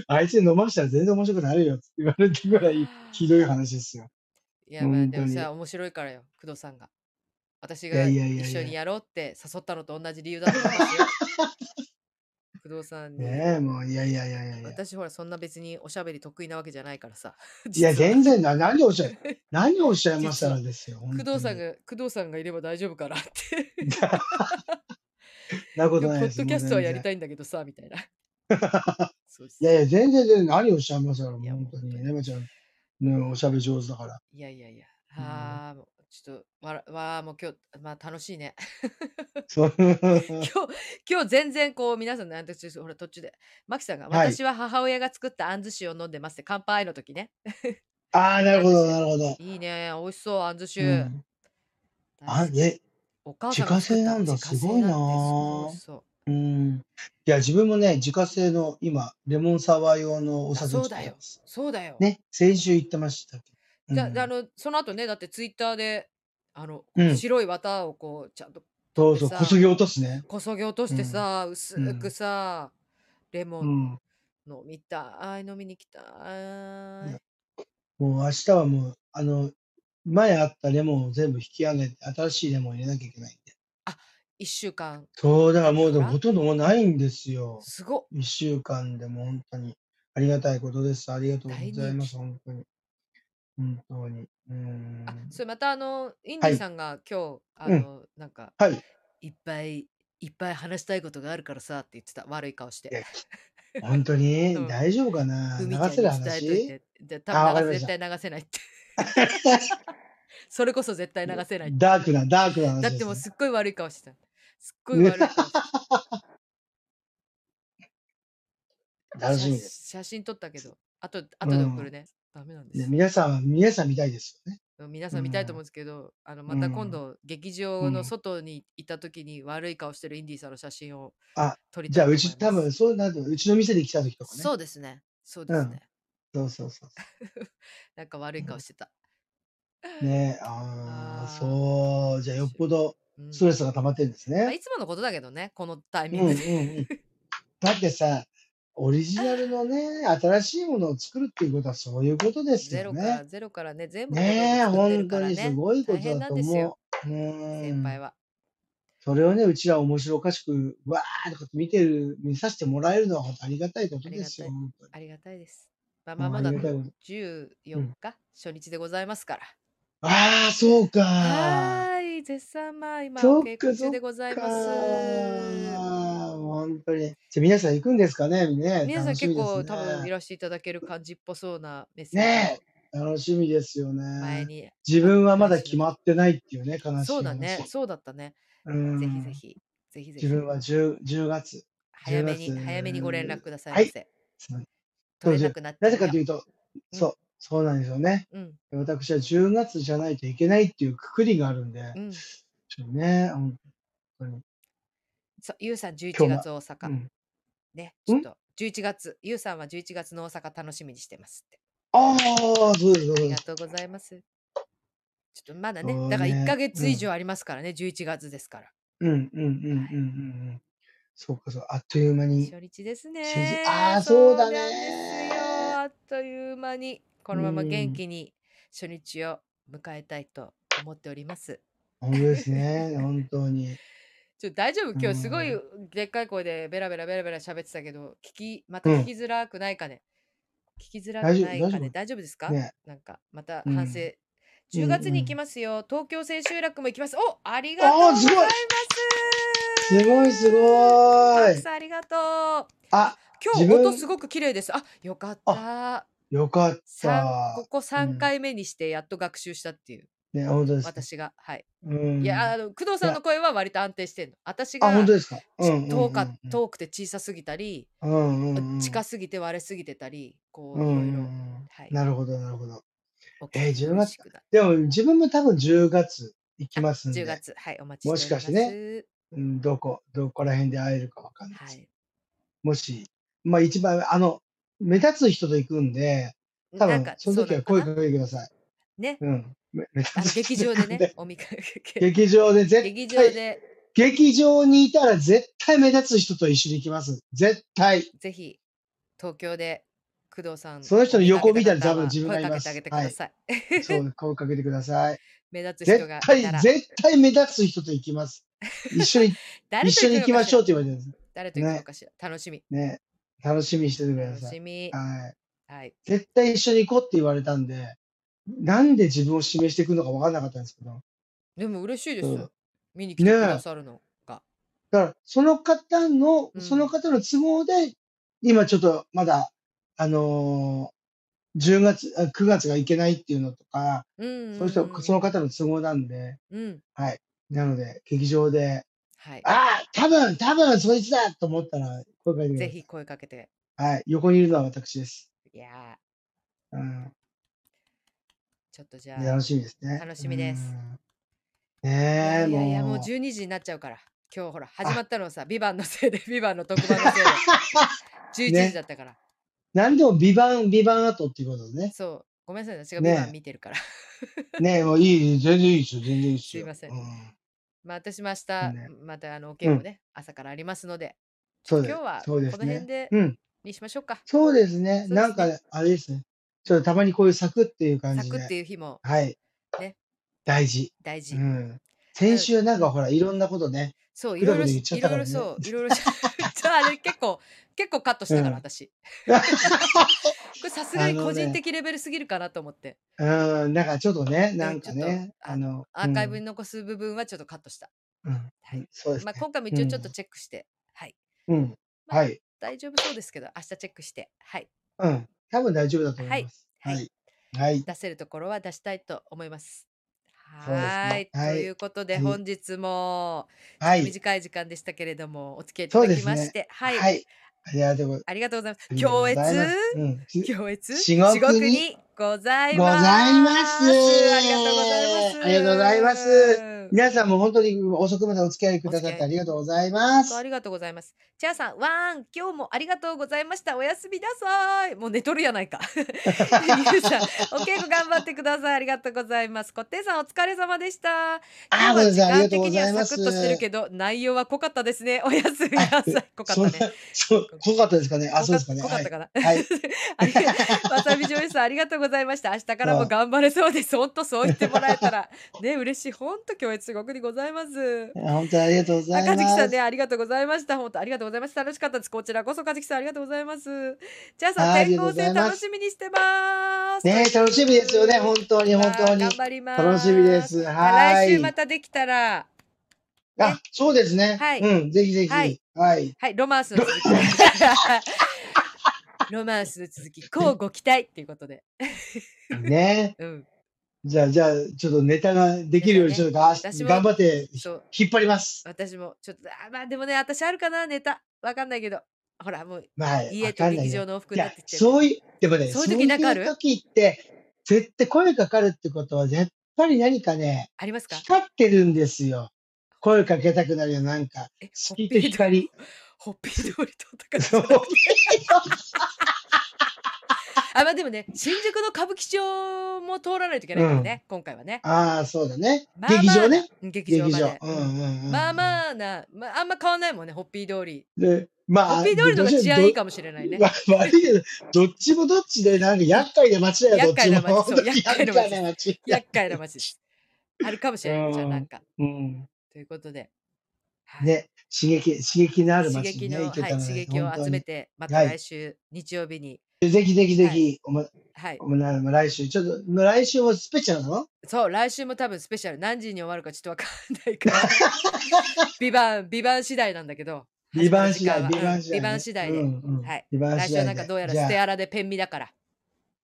あいつに飲ましたら全然面白くなるよって言われてぐらい、ひどい話ですよ。
いや、まあ、
本
で
当
も
に。
さ、面白いからよ、工藤さんが。私
いや
が
いやい
一
や
緒
い
に
や。
やろうって誘ったのと同じ理由だと思い ますよ。工藤さんに。
ねえ、もう、いやいやいやいやいや。
私ほら、そんな別におしゃべり得意なわけじゃないからさ、
いや、
実は。
全然な、何をおっしゃい、何をおっしゃいまし
実
たら
は。
ですよ、
工
本当
藤さん
に。
が、工藤さんがいれば大丈夫かなって。いや、
なことない
ポ
で
ッ
す、
ドキ
も
ャ
う
ストは
全
やり
然。
たいんだけどさ、みたいな。そう
いやい
そ
や、全然、全然、何をおっしゃいましたから、
う。い
もう
や、も
本
う
当
本当
に。
に。
レマちゃん、ね、おしゃべり上手だから。
いやいやいや。
うん、
ああ、もうちょっと、わら、わあ、もう今日、まあ楽しいね。
そう。
今日、今日全然こう、皆さん、なんて、ちょっとほら、途中で、マキさんが、
はい。
私は母親が作ったあんず酒を飲んでますって、乾杯の時ね。
ああ、なる
あん
ほ
ず
ど、
酒。
なるほど。
いいね。美味しそう、あんず
う
酒。
ん。
大
あ、
好き。
え、
お母
自
さんが
家
作っ
製な
た
んだ、
自家
す
製
ごい
だ
な
って、すごい美味し
ぁ。
そう。
うん。いや、自分もね、自家製の、今、レモンサワー用のお
だ、
酒
そう
作っ
だ
てま
よ。
す。
そうだよ。
ね、先週言ってましたけど。う
だ、であ
ん。
の、その後ね、だってツイッターで、あの、
うん。
白い綿をこう、ちゃんと取っ
そう
て
そう、こそ
さ、
ぎ落とすね。
こそぎ落とし
う
て
ん。
さ、
う
薄く
ん。
さ、レモ
う
ン
ん。
飲みたい、飲みに行きた
いや
い。
もう明日はもう、あの、前あったレモンを全部引き上げて、新しいレモンを入れなきゃいけないんで。
あ、一週間
そう、だか
経
ら
ったか
もう、でも
ら
ほとんどもうないんですよ。
すごっ
一週間でも本当に。ありがたいことです。ありがとうご
大
ざい
人
ます。
気。
本当に。本当に。うー
あ、
ん。
それまたあの、イン
は
ディ
い。
さんが今日、あ
うん。
の、なんか、
はい。
いっぱいいっぱい話したいことがあるからさって言ってた。悪い顔し
い
て。
や、本当
う
に
ん。
大丈夫かな
ふみ
流
ちゃ
せ
ん
る
に伝えとい
話
て。で、多分
あ、わか
流
り
す、
ま
絶
した。
対流せないって。 それこそ絶対流せないって。
ダークな、ダークな
だ
話
っ
で
てもう
すね。
すっごい悪い顔してた。すっごい
ね
悪い顔してた。
楽
写
しみです。
写真撮ったけど、あと、
う
後で送
ん。
るね。ダメなんです
ね、
よ。
皆さんは、皆さん見たいですよね。
皆
う
さん見たいと思うん
ん。
ですけど、あの、
う
また今
ん。
度、劇
う
場の
ん。
外に行った時に悪い顔してるインディさんの写真を
あ、
撮り
じ
た
ゃあ、
いうと思い
ち、
ま
多
す。
分、そうなると、うちの店で来た時とかね。
そうですね。そうで
う
す
ん。
ね。
そうそうそうそ。
なんか悪いう
う
顔
ん
してた。
ねえ、ああ、
ああ、
そう、じゃあ、
面
よっ
白い。
ぽど
う
ストレ
ん。
スが溜まってるんです
まあ、
ね。
いつものことだけどね、このタイ
う
ミン
ん
グ
う
で。
んうん。 だってさ、オリジナルのね、新しいものを作るっていうことはそういうことです
ゼ
よ
ロか
ね。
らゼロからね、全部ことで
ねえ、
作ってる
本
か
当
ら
にす
ね、
ごいこ
大
と
変
だ
な
と
んです
思
よ、
う。う
先
ー
輩
ん。
は。
それをね、うちら面白おかしく、わーとかって見てる、見させてもらえるのは本当ありがたいこと
あり
で
が
す
た
よ、
い、
本当に。
ありがたいです。まあ、ま
もうあ
も
り
な
がたい
く
こと。
14
うん。
日、初日でございますから。
ああ、そうか。
はーい、絶賛まあ今お
そっ
稽
か、
古中
そっ
でござい
か。
ます。
本当に。じゃあ皆さん行くんですかねね、
皆さ
楽
ん
し
結
みです
構
ね。
多分いらしていただける感じっぽそうなメッセージ
ね
を
え、楽しみですよ
前
ね。
に
自
あ
分はま
配
だ
信
決
の
まっ
時。
てないっていうね、悲
そう
しい
だね、
話。
そうだったね。
う
ぜひぜ
ん。
ひ、ぜひぜ
自分
ひ、
は10、10月、
早
10
め
月、
に、早めにご連絡ください
は
ま
い。
せ。
そう
取
そう
れ
じ
な
ゅ
くなっち
な
ゃ
ぜ
う
かと
よ。
いうと、
うん、
そう、そうなんですよね。
うん、
私は10月じゃないといけないっていうくくりがあるんで、
うん。
ちょっとね、本当に、
そゆうさん11
今日は、
月大阪。
うん。
ね、ちょっ
ん
と、11月、ゆうさんは11月の大阪楽しみにしてますって。
ああー、そうです、そ
あ
う
り
で
が
す。
とうございます。ちょっとまだね、
そ
だ
う
から1
ね。
ヶ
う
月以上
ん。
ありますからね、11月ですから。
うん、うん、うん、うん、
は
うん。う
い。
んそうか、そう。あっという間に、
初日です
新人、
ね。
ああ、そう
そうなん
だ
ですよ。
ね。
あっという間に、こ
う
のまま元
ん。
気に初日を迎えたいと思っております。
本当ですね。本当 に。
ちょ大丈夫
う
今日すごい
ん。
でっかい声でベラベラベラベラ喋ってたけど、聞き、また
う
聞
ん。
きづらくないかね聞きづら
大
く
丈夫、
ない
大
か
丈
ね
夫。
大丈夫ですか
ね。
なんか、また
う
反省。
ん。う
10
ん、
月
う
に行き
ん。
ますよ。東京千秋楽も行きます。おありがと
ああ、
う
す
ござい
ごいすごい、すご
ますマキ
い。
さんありがとうあ、
あ、
今
自
日音す
分、
ごく綺麗です。あ、よかっ
あ、
た。
よかっ
三こ
た。
こ
う
3
ん。
回目にしてやっと学習したっていう。
ね、本当ですね。
私が。はい。
う
いや、
ん。
あの、工藤
い
さん
や、
の声は割と安定してんの。私
あ、本
が
当ですか。う
ち
ん、うん、
遠
う
か、
ん、うん。
遠くて小さすぎたり、
うん、う
あ
ん、う
近
ん。
すぎて割れすぎてたり、こ
う
う、いろ
ん、う
い
ん
ろ、
うん
はい、
なるほど、なるほど。
お聞
えー、
き
10
苦
月
し
か。
くなって
でも、自分も多分10月行き
あ、
ます
10
んで、
月、はい、お待ちし
も
て
し
おり
かし
ま
てね、
す。
うん、どこ、どこら辺で会えるかわかんない
は
し。
い。
もし、まあ一番、あの、目立つ人と行くんで、多
なん
分、
か、
その
そう
時
なの
は
か
声
な
かけてください。
ね。
うん。めめ
あの劇場でね、お見かけ。
劇場で絶対、
劇場で、
劇場にいたら絶対目立つ人と一緒に行きます。絶 対。
ぜひ、東京で工藤さん。
その人の横
を見かけ
見たら多分自分がい
方は
ます
声かけてあげてください。
そう、声かけてください。
目立つ人
絶
がい
対
た、ら。
絶対目立つ人と行き ます。一緒に、
誰
一
と
緒に行きましょう
う
って言われてるんです。
誰と行くのかしら。楽しみ。
ね。楽しみにしててくだ
楽
さい。
しみ。
はい。
はい。
絶対一緒に行こうって言われたんで、なんで自分を示していくのか分かんなかったんですけど。
でも嬉しいで
うん
す。見に来てくださるのが。
だから、その方の、
うん
その方の都合で、今ちょっとまだ、あのー10月、あ9月がいけないっていうのとか、
うんうん
そういう
うんう
人、
ん
その方の都合なんで、
うん。
なので、劇場で、
はい。
ああ、多分、多分、そいつだと思ったら、声かけてく
ぜ
ださい。
ひ声かけて。
はい。横にいるのは私です。
いや
うん。
ー、ちょっとじゃあ
楽。しみですね。
楽しみです
うん。
い
ね
や
え、
い
も
や
う。
いや、もう12時になっちゃうから。今日ほら、始まったのさ、ビバンのせいで、 ビバンの特番の せいで。11
ね
時だったから。
何でも美版、美版後っていうこ とでね。
そう。ごめんなさい、私がビ
ね
バン見てるから。
ねえ、もういい、全然いいですよ、全然いいですよ。
すいません
う
まあ私も明日、
ね
またあのお稽古ね、朝からありますので、ち
そ
ょ
う
っと
です
今日はこ
そう
の
ですね
辺で
うん。
にしましょうか。
そうですね。
そうですね
なんか、あれですね。ちょっとたまにこういうサクっていう感
サ
じ
クって
で。
いう日も
はい。
ね
大事。
大事。
うん。先週なんかほら、いろんなことね。
そう、い
ぐ
ろ
だ
いろ、
ぐだ
い
言っちゃった
ろ
か
い
ら
ろ
ね
そう、いろいろし、 そうあれ結構、結構カットしたから、
うん
私。 こ
う
れさすがに
あの
個
ね
人的レベルすぎるかなと思って、
ん。なんかちょっとね、なんか
うん
ね
ちょ。っと
あの、
アーカイブ
に。
に残す部分はちょっとカットした。
うん
はい
そうです
まあ
ね。
今回も一応
うん
ちょっとチェックして、はい。
うん。
まあ
はい。
大丈夫そうですけど、明日チェックして、はい。
うん。多分大丈夫だと思います。
はい
はい。はい。
出せるところは出したいと思います。
そうですね
はーい。と
はい
いうことで、
はい
本日も、
はい。
短い時間でしたけれども、お付き合いい
そ
た
う
だ
で
き
す
ま
ね
して、はい、
はい。ありがとうござい
ありがとうございます。
ありがとう
強
ござい
越
ます。うん。
強越
至極に
ござい
ご
ます。
ざいます
ありがとうございます。
ありがとうございます皆さんも本当に遅くまでお付き合いくださってありがとうございま
本当あ
す。
りがとうございます。チャーさん、ワン、今日もありがとうございました。おやすみなさい。もう寝とるやないか。ゆうさん、お稽古頑張ってください。ありがとうございます。こっていさん、お疲れ様でした。
あーごめん
時
なさいあ
間
りがとう
的
ご
に
ざい
は
ま
サ
す。
クッとしてるけど、内容は濃かったですね。おやすみなさい。濃かったね。
そう、濃かったですかね。あ、そうですかね。
濃か
は
っ
い
た。かな。
はい。
ありがわさびジョイさん、ありがとうございました。明日からも頑張れそうです。本当そう言ってもらえたら。ね、嬉しい。本当今日すごくにございます。
本当にありがとうござい
赤
ます。
月さんね、ありがとうございました。本当ありがとうございました。楽しかったです。こちらこそ赤月さん、ありがとうございます。じゃあさん、
はい
転校生
ありがとうございま
楽
す
しみにしてます。
ね楽しみですよね。本当に、
わ
本
あ
当に。
頑張ります。
楽しみで。す。は
来
い
週。またできたら、
あ、そうですね。
はい
うん、ぜひぜひ。
は
はいい。
はい、ロマンスの続き。ロマンスの続き、こうご期待っていうことで。
ね。
うん。
じゃあ、じゃあ、ちょっとネタができるようにちょっとが、
私も
頑張って
そう。
引っ張ります。
私もちょっとあまあでもね私あるかなネタわかんないけどほらもう
まあ、
家
わ
と
かんない
劇
よ
場。の往復
い
になっ
や
て、きてる
そういう、でもね、
そ
そうう
いう時
いう
なんかある
時って、絶対声かかるってことは、絶対に何かね、
ありますか
光ってるんですよ。声かけたくなるよ、なんか。
え
ス
ホ
ピ
ッ
ー
ピー
ド
ド
光。
ホッピー通り
そ
と
う
かあまあでもね新宿の歌舞伎町も通らないといけないからね、今回はね
ああ、そうだね。
まあまあ
劇場ね。
うん劇場
劇
ま
場
で。
うんうんうん。
まあ
あ。
まあな、まあ、あんま変わんないもんねホッピー通り
で、ま
ホ
あ、
ッピー通りの方が治安いいかもしれないね
わ悪いけど、 どっちもどっちで、なんか厄介な街だよ、どっちも。
厄介な街そう厄介な街
厄介な街。
厄介な街ですあるかもしれないじゃあ
うん
なんか
うん。
ということで、はい
ね、刺激、刺激のある
刺
街
激
にね、
の、
行け
は
た
い、
ら
刺
ね、
激を集めてまた
はい
来週日曜日に
ぜひぜひぜひ、
は
おま、
はい
おま、来週、ちょっと、もう来週もスペシャルなの
そう、来週も多分スペシャル。何時に終わるかちょっとわかんない から。ビバン、ビバン次第なんだけど。
ビバン次第、
始
ビ
ま
バ
る
ン
時
次
間はうんビ
第、
バン次第で。
うんうん
はい
ビバン
来
次
週
第
は
で。
なんかどうやら
じゃ
ステアラでペンミだから。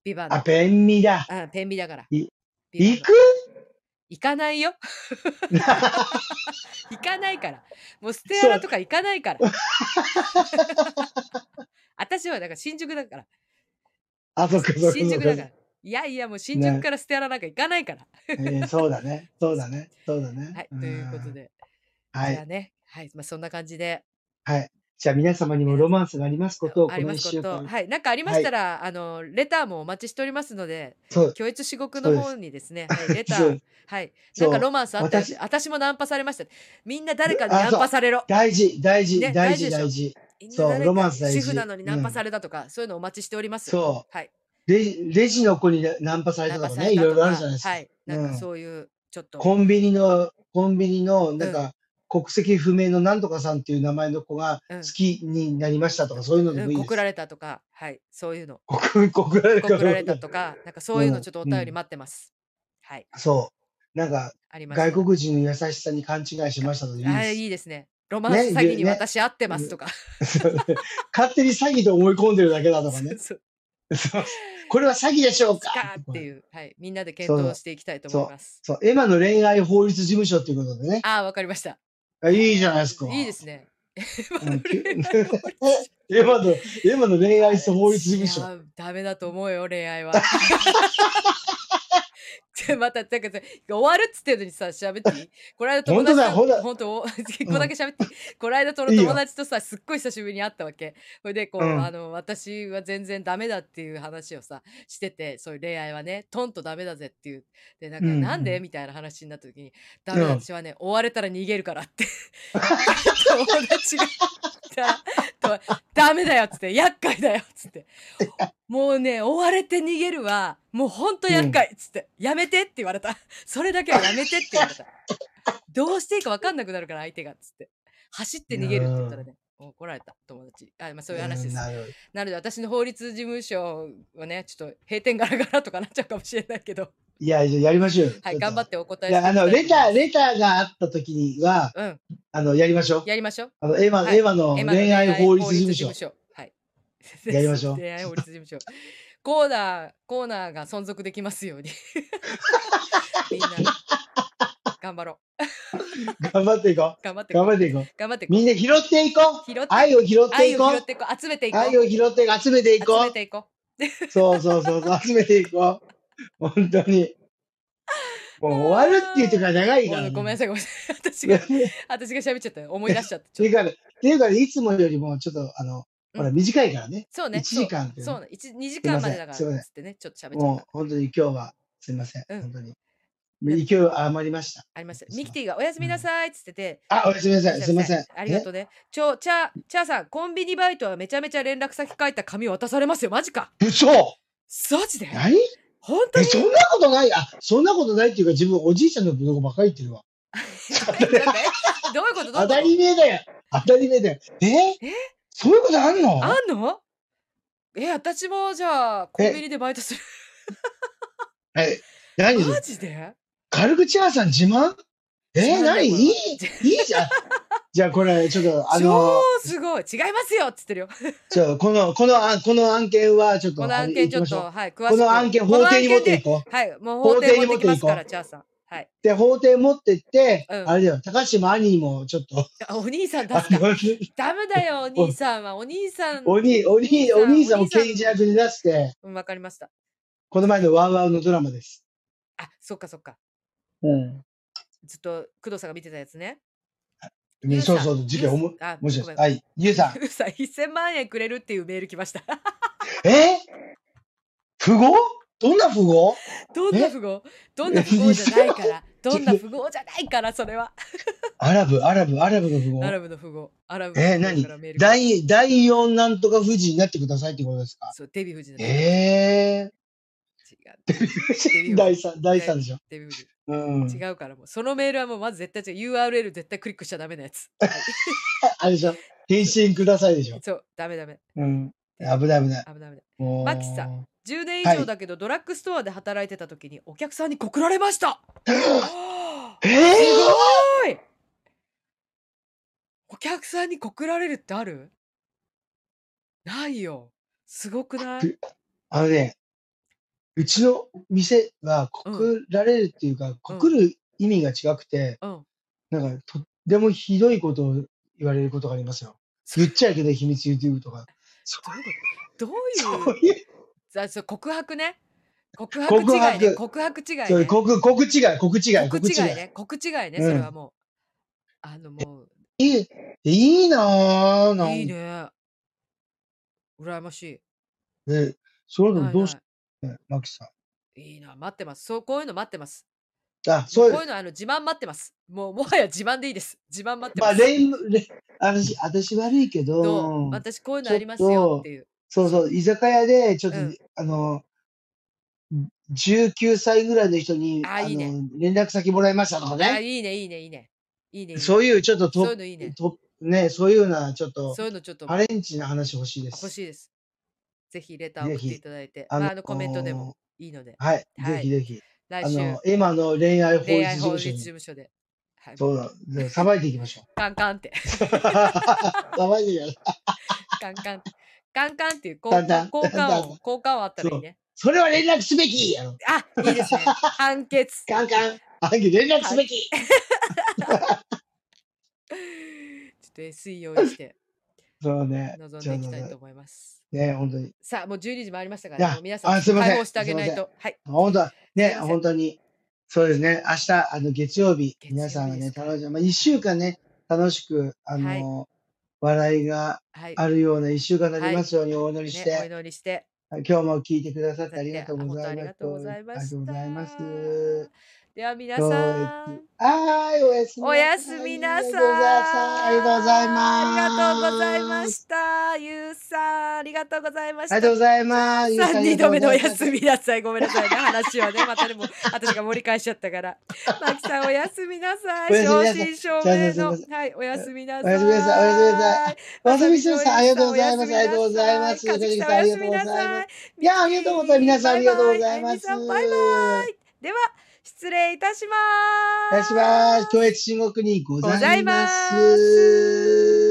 ビバン
あ、あ、
の。
ペンミだ。
うん、ペンミだから。
い
ビバンの
行く
行かないよ。 行かないから。もうステアラとか行かない から。私はだから新宿だから。
あ、そっかそっかそっか。
新宿だから。いやいや、もう新宿からステアラなんか行かないから。
えーそうだね。そうだね。そうだね。
はい、ということ
ん。
で。
は
じゃあ
い。
ね、はい、まあ、そんな感じで。
はい。じゃあ皆様にもロマンスがありますことを、
あ
こ
り
の
ま
1
す
週
こと。
間、
はい。なんかありましたら、あの、レターもお待ちしておりますので、
そう、
教越至極
そう
の
です
方にです ね、はい、レタ
そ
ー
う、
はい。
そ
な
うん
かロマンスあったよって
私
私もナンパされました。みんな誰かにナンパされろ。
大事、大事、
ね
大
大事
事、
でしょ
大事。
みんな
そう
誰か
ロマンス大事
主婦なのにナンパされたとか、そういうのお待ちしております。
そ
はい。
う。レジレジの子にナンパされ
ナ
た
ン
と
パ
か
さ
ね、
れ
い
た
ろい
と
ろ
か、
あるじゃないですか。
はい。なん
う
か
ん
そういう、ちょっと。
コンビニの、コンビニの、なん
う
か、国籍不明のなんとかさんっていう名前の子が
うん
好きになりましたとか、そういうので
う
も
ん、
いい
告
で
ら
す。
れたとか、はい、そういうの。
告告られた
告られ
と
た
か
と か、なんかそういうのちょっとお便
う
り
ん
待ってます。はい、
そう。なんか、
ありまし
外
たら。
国人の優しさに勘違いしましたのでいい
あー
です。
いいですね。ロマンス
ね、
詐欺に
ね、
私合ってますとか。
勝手に詐欺と思い込んでるだけだとか
そう
ね。
そう。
そうこれは詐欺でしょう
ス
か
カー
と
っ
か
ていう、はい、みんなで
そ
検
うだ
討していきたいと思い
そう。
ます。
そう。エマの恋愛法律事務所っていうことでね。
ああ、わかりました。
あいいじゃないですか。
いいですね。
うん き
い
エマの、エマの恋愛法律事務所。
や、ダメだと思うよ、恋愛は。でまた、なんかさ終わるっつってんのにさ、喋っていいこの間友
本当
達
だよ
と、
ほら
本当、 結構だけ喋っていい、この間との
いいよ
友達とさ、すっごい久しぶりに会ったわけ。ほいで、こう、
うん
あの、私は全然ダメだっていう話をさ、してて、そういう恋愛はね、トンとダメだぜっていう。で、なんか、
うん
なんでみたいな話になった時に、ダメだ、
うん
私はね、追われたら逃げるからって。 友達が言ったら、とダメだよっつ って、厄介だよっつって。もうね、追われて逃げるは、もうほんと厄介っつって、やめてって言われた。それだけはやめてって言われた。どうしていいか分かんなくなるから、相手がっつって。走って逃げるって言ったらね、怒られた、友達。あまあ、そういう話です。
んなるほど
なので、私の法律事務所はね、ちょっと閉店ガラガラとかなっちゃうかもしれないけど、
いや、じゃあやりましょうよ。。
はい、頑張っててお答え
い
してい
や、あの、レター、レ
タ
ターがあった時には、
ーうん、
あの、やりましょう。
やりましょう。
あの、エマ、
はい
エマの
エマの
恋愛法律事
恋愛法律
務所
事務。所。はい。
やりましょう
恋愛法律事務所。コーナー、コーナーが存続できます ように。みんな、頑張ろ
頑張っていこ
う。頑張って
う。頑
こ
張
う
っていこう。
頑張ってこう
みんな拾っていこう。
拾って
愛を拾ってい
愛
こ
を拾っ
う。
ていこう。集めていこう。
愛を拾って集めていこ
集め
う。
ていこ
そうそうそ うそう、集めていこう。本当に。もう終わるっていう時が長
う。
い
も
か
う
ら、ね。
ごめんなさい、ごめんなさい。私
ね
が、
っ
私が喋っちゃったよ。思い出しちゃった。ち
て
ょっ
い
と
うかね、っていうかね、いつもよりもちょっと、あの、
うん
ほら、短いからね。
そう
1
ね。
時間ってい
そうそ
う
うね。
ね
一2時
いませ
間
ん
までだから。
すいません
つってね、ちょっと喋っちゃっ
もう
た。
本当に今日は、すいません。
うん
本当に。
ね
勢い余りました。
ありました。
そう
ミキティがおやすみなさいっつってて、
あ、おやすみなさい。すいません。
ありがとうね。ちょ、チャー、チャーさん、コンビニバイトはめちゃめちゃ連絡先書いた紙を渡されますよ。マジか。
え。嘘
マジで
何
本当
え、
に
そんなことない。あ、そんなことないっていうか、自分、おじいちゃんのブログばっかり言ってるわ。
えなんかえどういうことどうい
当
うこ
たり
と
前だよ。当たり前だよ。えそういうことあんの
あんのえ、私もじゃあ、コンビニでバイトする。
え、何それ
マジで
軽口屋さん自慢え
自慢だよ
何
これはい
い、いいじ ゃん。じゃあこれ、ちょっと、あの
超、すごい違いますよっつってるよ。
ちょこの、この、あこの案件は、ちょっと、
この案
あれ
件
行
ち
き
ょっと、
ましょう
はい、詳し
こ
く。
の案件、法廷に持ってい
で。
こう。
はい、もう
法
法
廷
廷
に
に
持
持
っ
ってて
い
き
こう
ますから、チャーさん。はい。
で、法廷持ってって、
うん
あれだよ、高島兄にも、ちょっと、
あお兄さん出
あ
すか。
の、
ダメだよ、お兄さんは。お兄さん。
お兄、お兄、お兄さんを刑事役に出して、
うんわかりました。
この前のワウワウのドラマです。
あ、そっかそっか。
うん。
ずっと工藤さんが見てたやつね。
ね、
ゆ
そう
さん
そう、事
ゆ
件、おも、
あ
もし
ご
か
めん
して、はい、ゆうさ
ゆうさん1000万円くれるっていうメール来ました。
ん。え富豪どんな富豪
どんな富豪どんな富豪じゃない から。どんな富豪じゃないから、それは。
アラブ、アラブ、アラブの富豪。
アラブの富豪。アラブの
えー、
富豪
何
からメールが
第、第4なんとか富士になってくださいってことですか
そう、デヴィ夫人だね
ええ
違う。デヴィ夫
ー、
人
第3、第3でしょ。
デヴィ夫人
うん。
違うからもうそのメールはもうまず絶対違う URL 絶対クリックしちゃダメなやつ、はい
あれでしょ。返信くださいでしょ。
そうダメダメ
うん。危ない危ない。
危ない危ない
もう。
マキさ
ん。
10年以
はい
上だけど、ドラッグストアで働いてた時にお客さんに告られました あー
え
す
え
ごいお客さんに告られるってあるないよすごくない
くあのね、うちの店は告られるっていうか、告る意味が違くて、
うん
なんかとってもひどいことを言われることがありますよ。言っちゃいけない秘密言うとか。そ
どういうことどういう
そういう、
あそう告白ね告白違いね告白違いね
そういう、告、告違い、告違い、
告
告違
知
い。
外ね告知外ね、
うん
それはもうあのもう
いいいなぁ、ない
い
ん
ね。羨まし
で、そういうの
ない
どう
な
しね、マキさん。
い。いいな、待ってます。そう、こういうの待ってます。
あ、
も
そううい、
こういううの、あの、自慢待ってます。もう、もはや自慢でいいです。自慢待って
ま
ま
あ、
す。
レイム、レイ私、私悪いけ
どう
ど、
私こういうの
ち
あ
ょっ
りますよっ
と、
ていう。
そうそう、居酒屋で、ちょっ
う
と、
ん。
あの、19歳ぐらいの人に、
あ、
あ
いいね。
の、連絡先もらいましたとか
あ、
ね。
いいね、いいね、いいね。いいね、いい
そ
ね。
ういう、ちょっと
そうい
と、
うのいいね。
と、ね、そういうのは、ちょっと、
そういうのちょっと
アレンジな話欲しいで
欲
す。
しいです。ぜひレター
ぜ
送ってい
ひ、
ただいて、
あ
まあ、
の
あのコメントでもいいので、
はい、ぜ
は
ひ
い。
ぜひ、
来
あの、
週、
今の恋愛法
恋
律
愛
事
法律
務所
事
に、
務所で、はい、も、
そううだ、さばいていきましょう。
カンカンって、
さばいていきましょう。
カンカン、カンカンっていう
だ
効
ん
果
だん、
効
だん
果
だん、
音、効果音あった
そ。
らいいうね。
それは連絡すべきやろ。
あ、いいですね。判決。
カンカン、あ連絡す
判
べき
ちょっと SE 用意 して
そうね、
臨ん
ち
で
ょ
い
っ
き
と
たいと
ね、
思います。
ね本当に。い
さあ、もう12時回りましたからね、も
や、
う皆さんちょ
あ、
っ
す
と
いま
解
せ
放して
ん、
あ
す
げな
いませ
い
ん。
と。はい。
本当、
すい
ね、
ません。
本当に、そうですね、明日、あの、月曜日、皆
月曜
さ
日
んが
で
ね、
すか
楽
ら。
しい、まあ、一週間ね、楽しく、あ
はい。
の、笑いが
はい。
あるような一週間になり
は
ま
い。
すようにお祈りし
ね、お
て、
祈りして。
今日も聞いてくださっ
だ
てあ
っ
りが
て、
とう
あ、
ご
本当
ざ
あ
い
り
ま
が
す。
とうござい
あ
ま
りが
し
とう
た。
ございます。
では皆
教
さ
育。
ん、
はーい、おやす
お
みな
や
さ
す
い。
みな
あり
さ
がとうございました。ありがとうござい
ーい。ありがとうございました。ゆ
ます。
うさん、ありがとうございま
あ
し
りが
た。
とうございます。ゆうさん、
3
ありが
人
と
度
うご
目の
ざ
お
い
や
ますす。
みなさい。ごめんなさいね。話はね、またでも、私が盛り返しちゃったから。まきさん、おやすみなさ
お
い。
やすみ
正
なさ
真正銘
い。じゃあね、すみま
の、
せん。
はい、おやすみな
おやすみなさい。おやすみなさ
さ
い。
い。
あ、
ま
わさ
さ
び
み
し
ち
ん
ょう
さん、あ
ゆ
り
う
がとう
さん、
ご
お
ざ
や
いますす。
み
ありが
なさい。かずきさん、おや
とうございます。さきさん、あり
す
がと
みな
うございます。
さい。み
いや
き、
ありがとうございます。皆さん、あ
バイ
り
バ
が
イ。えみさ
とうございます。
ん、バイバイ。では、失礼いたしま
お願いします。
す。
教越申国にご
ご
ざ
ざ
い
い
ま
ます。
す。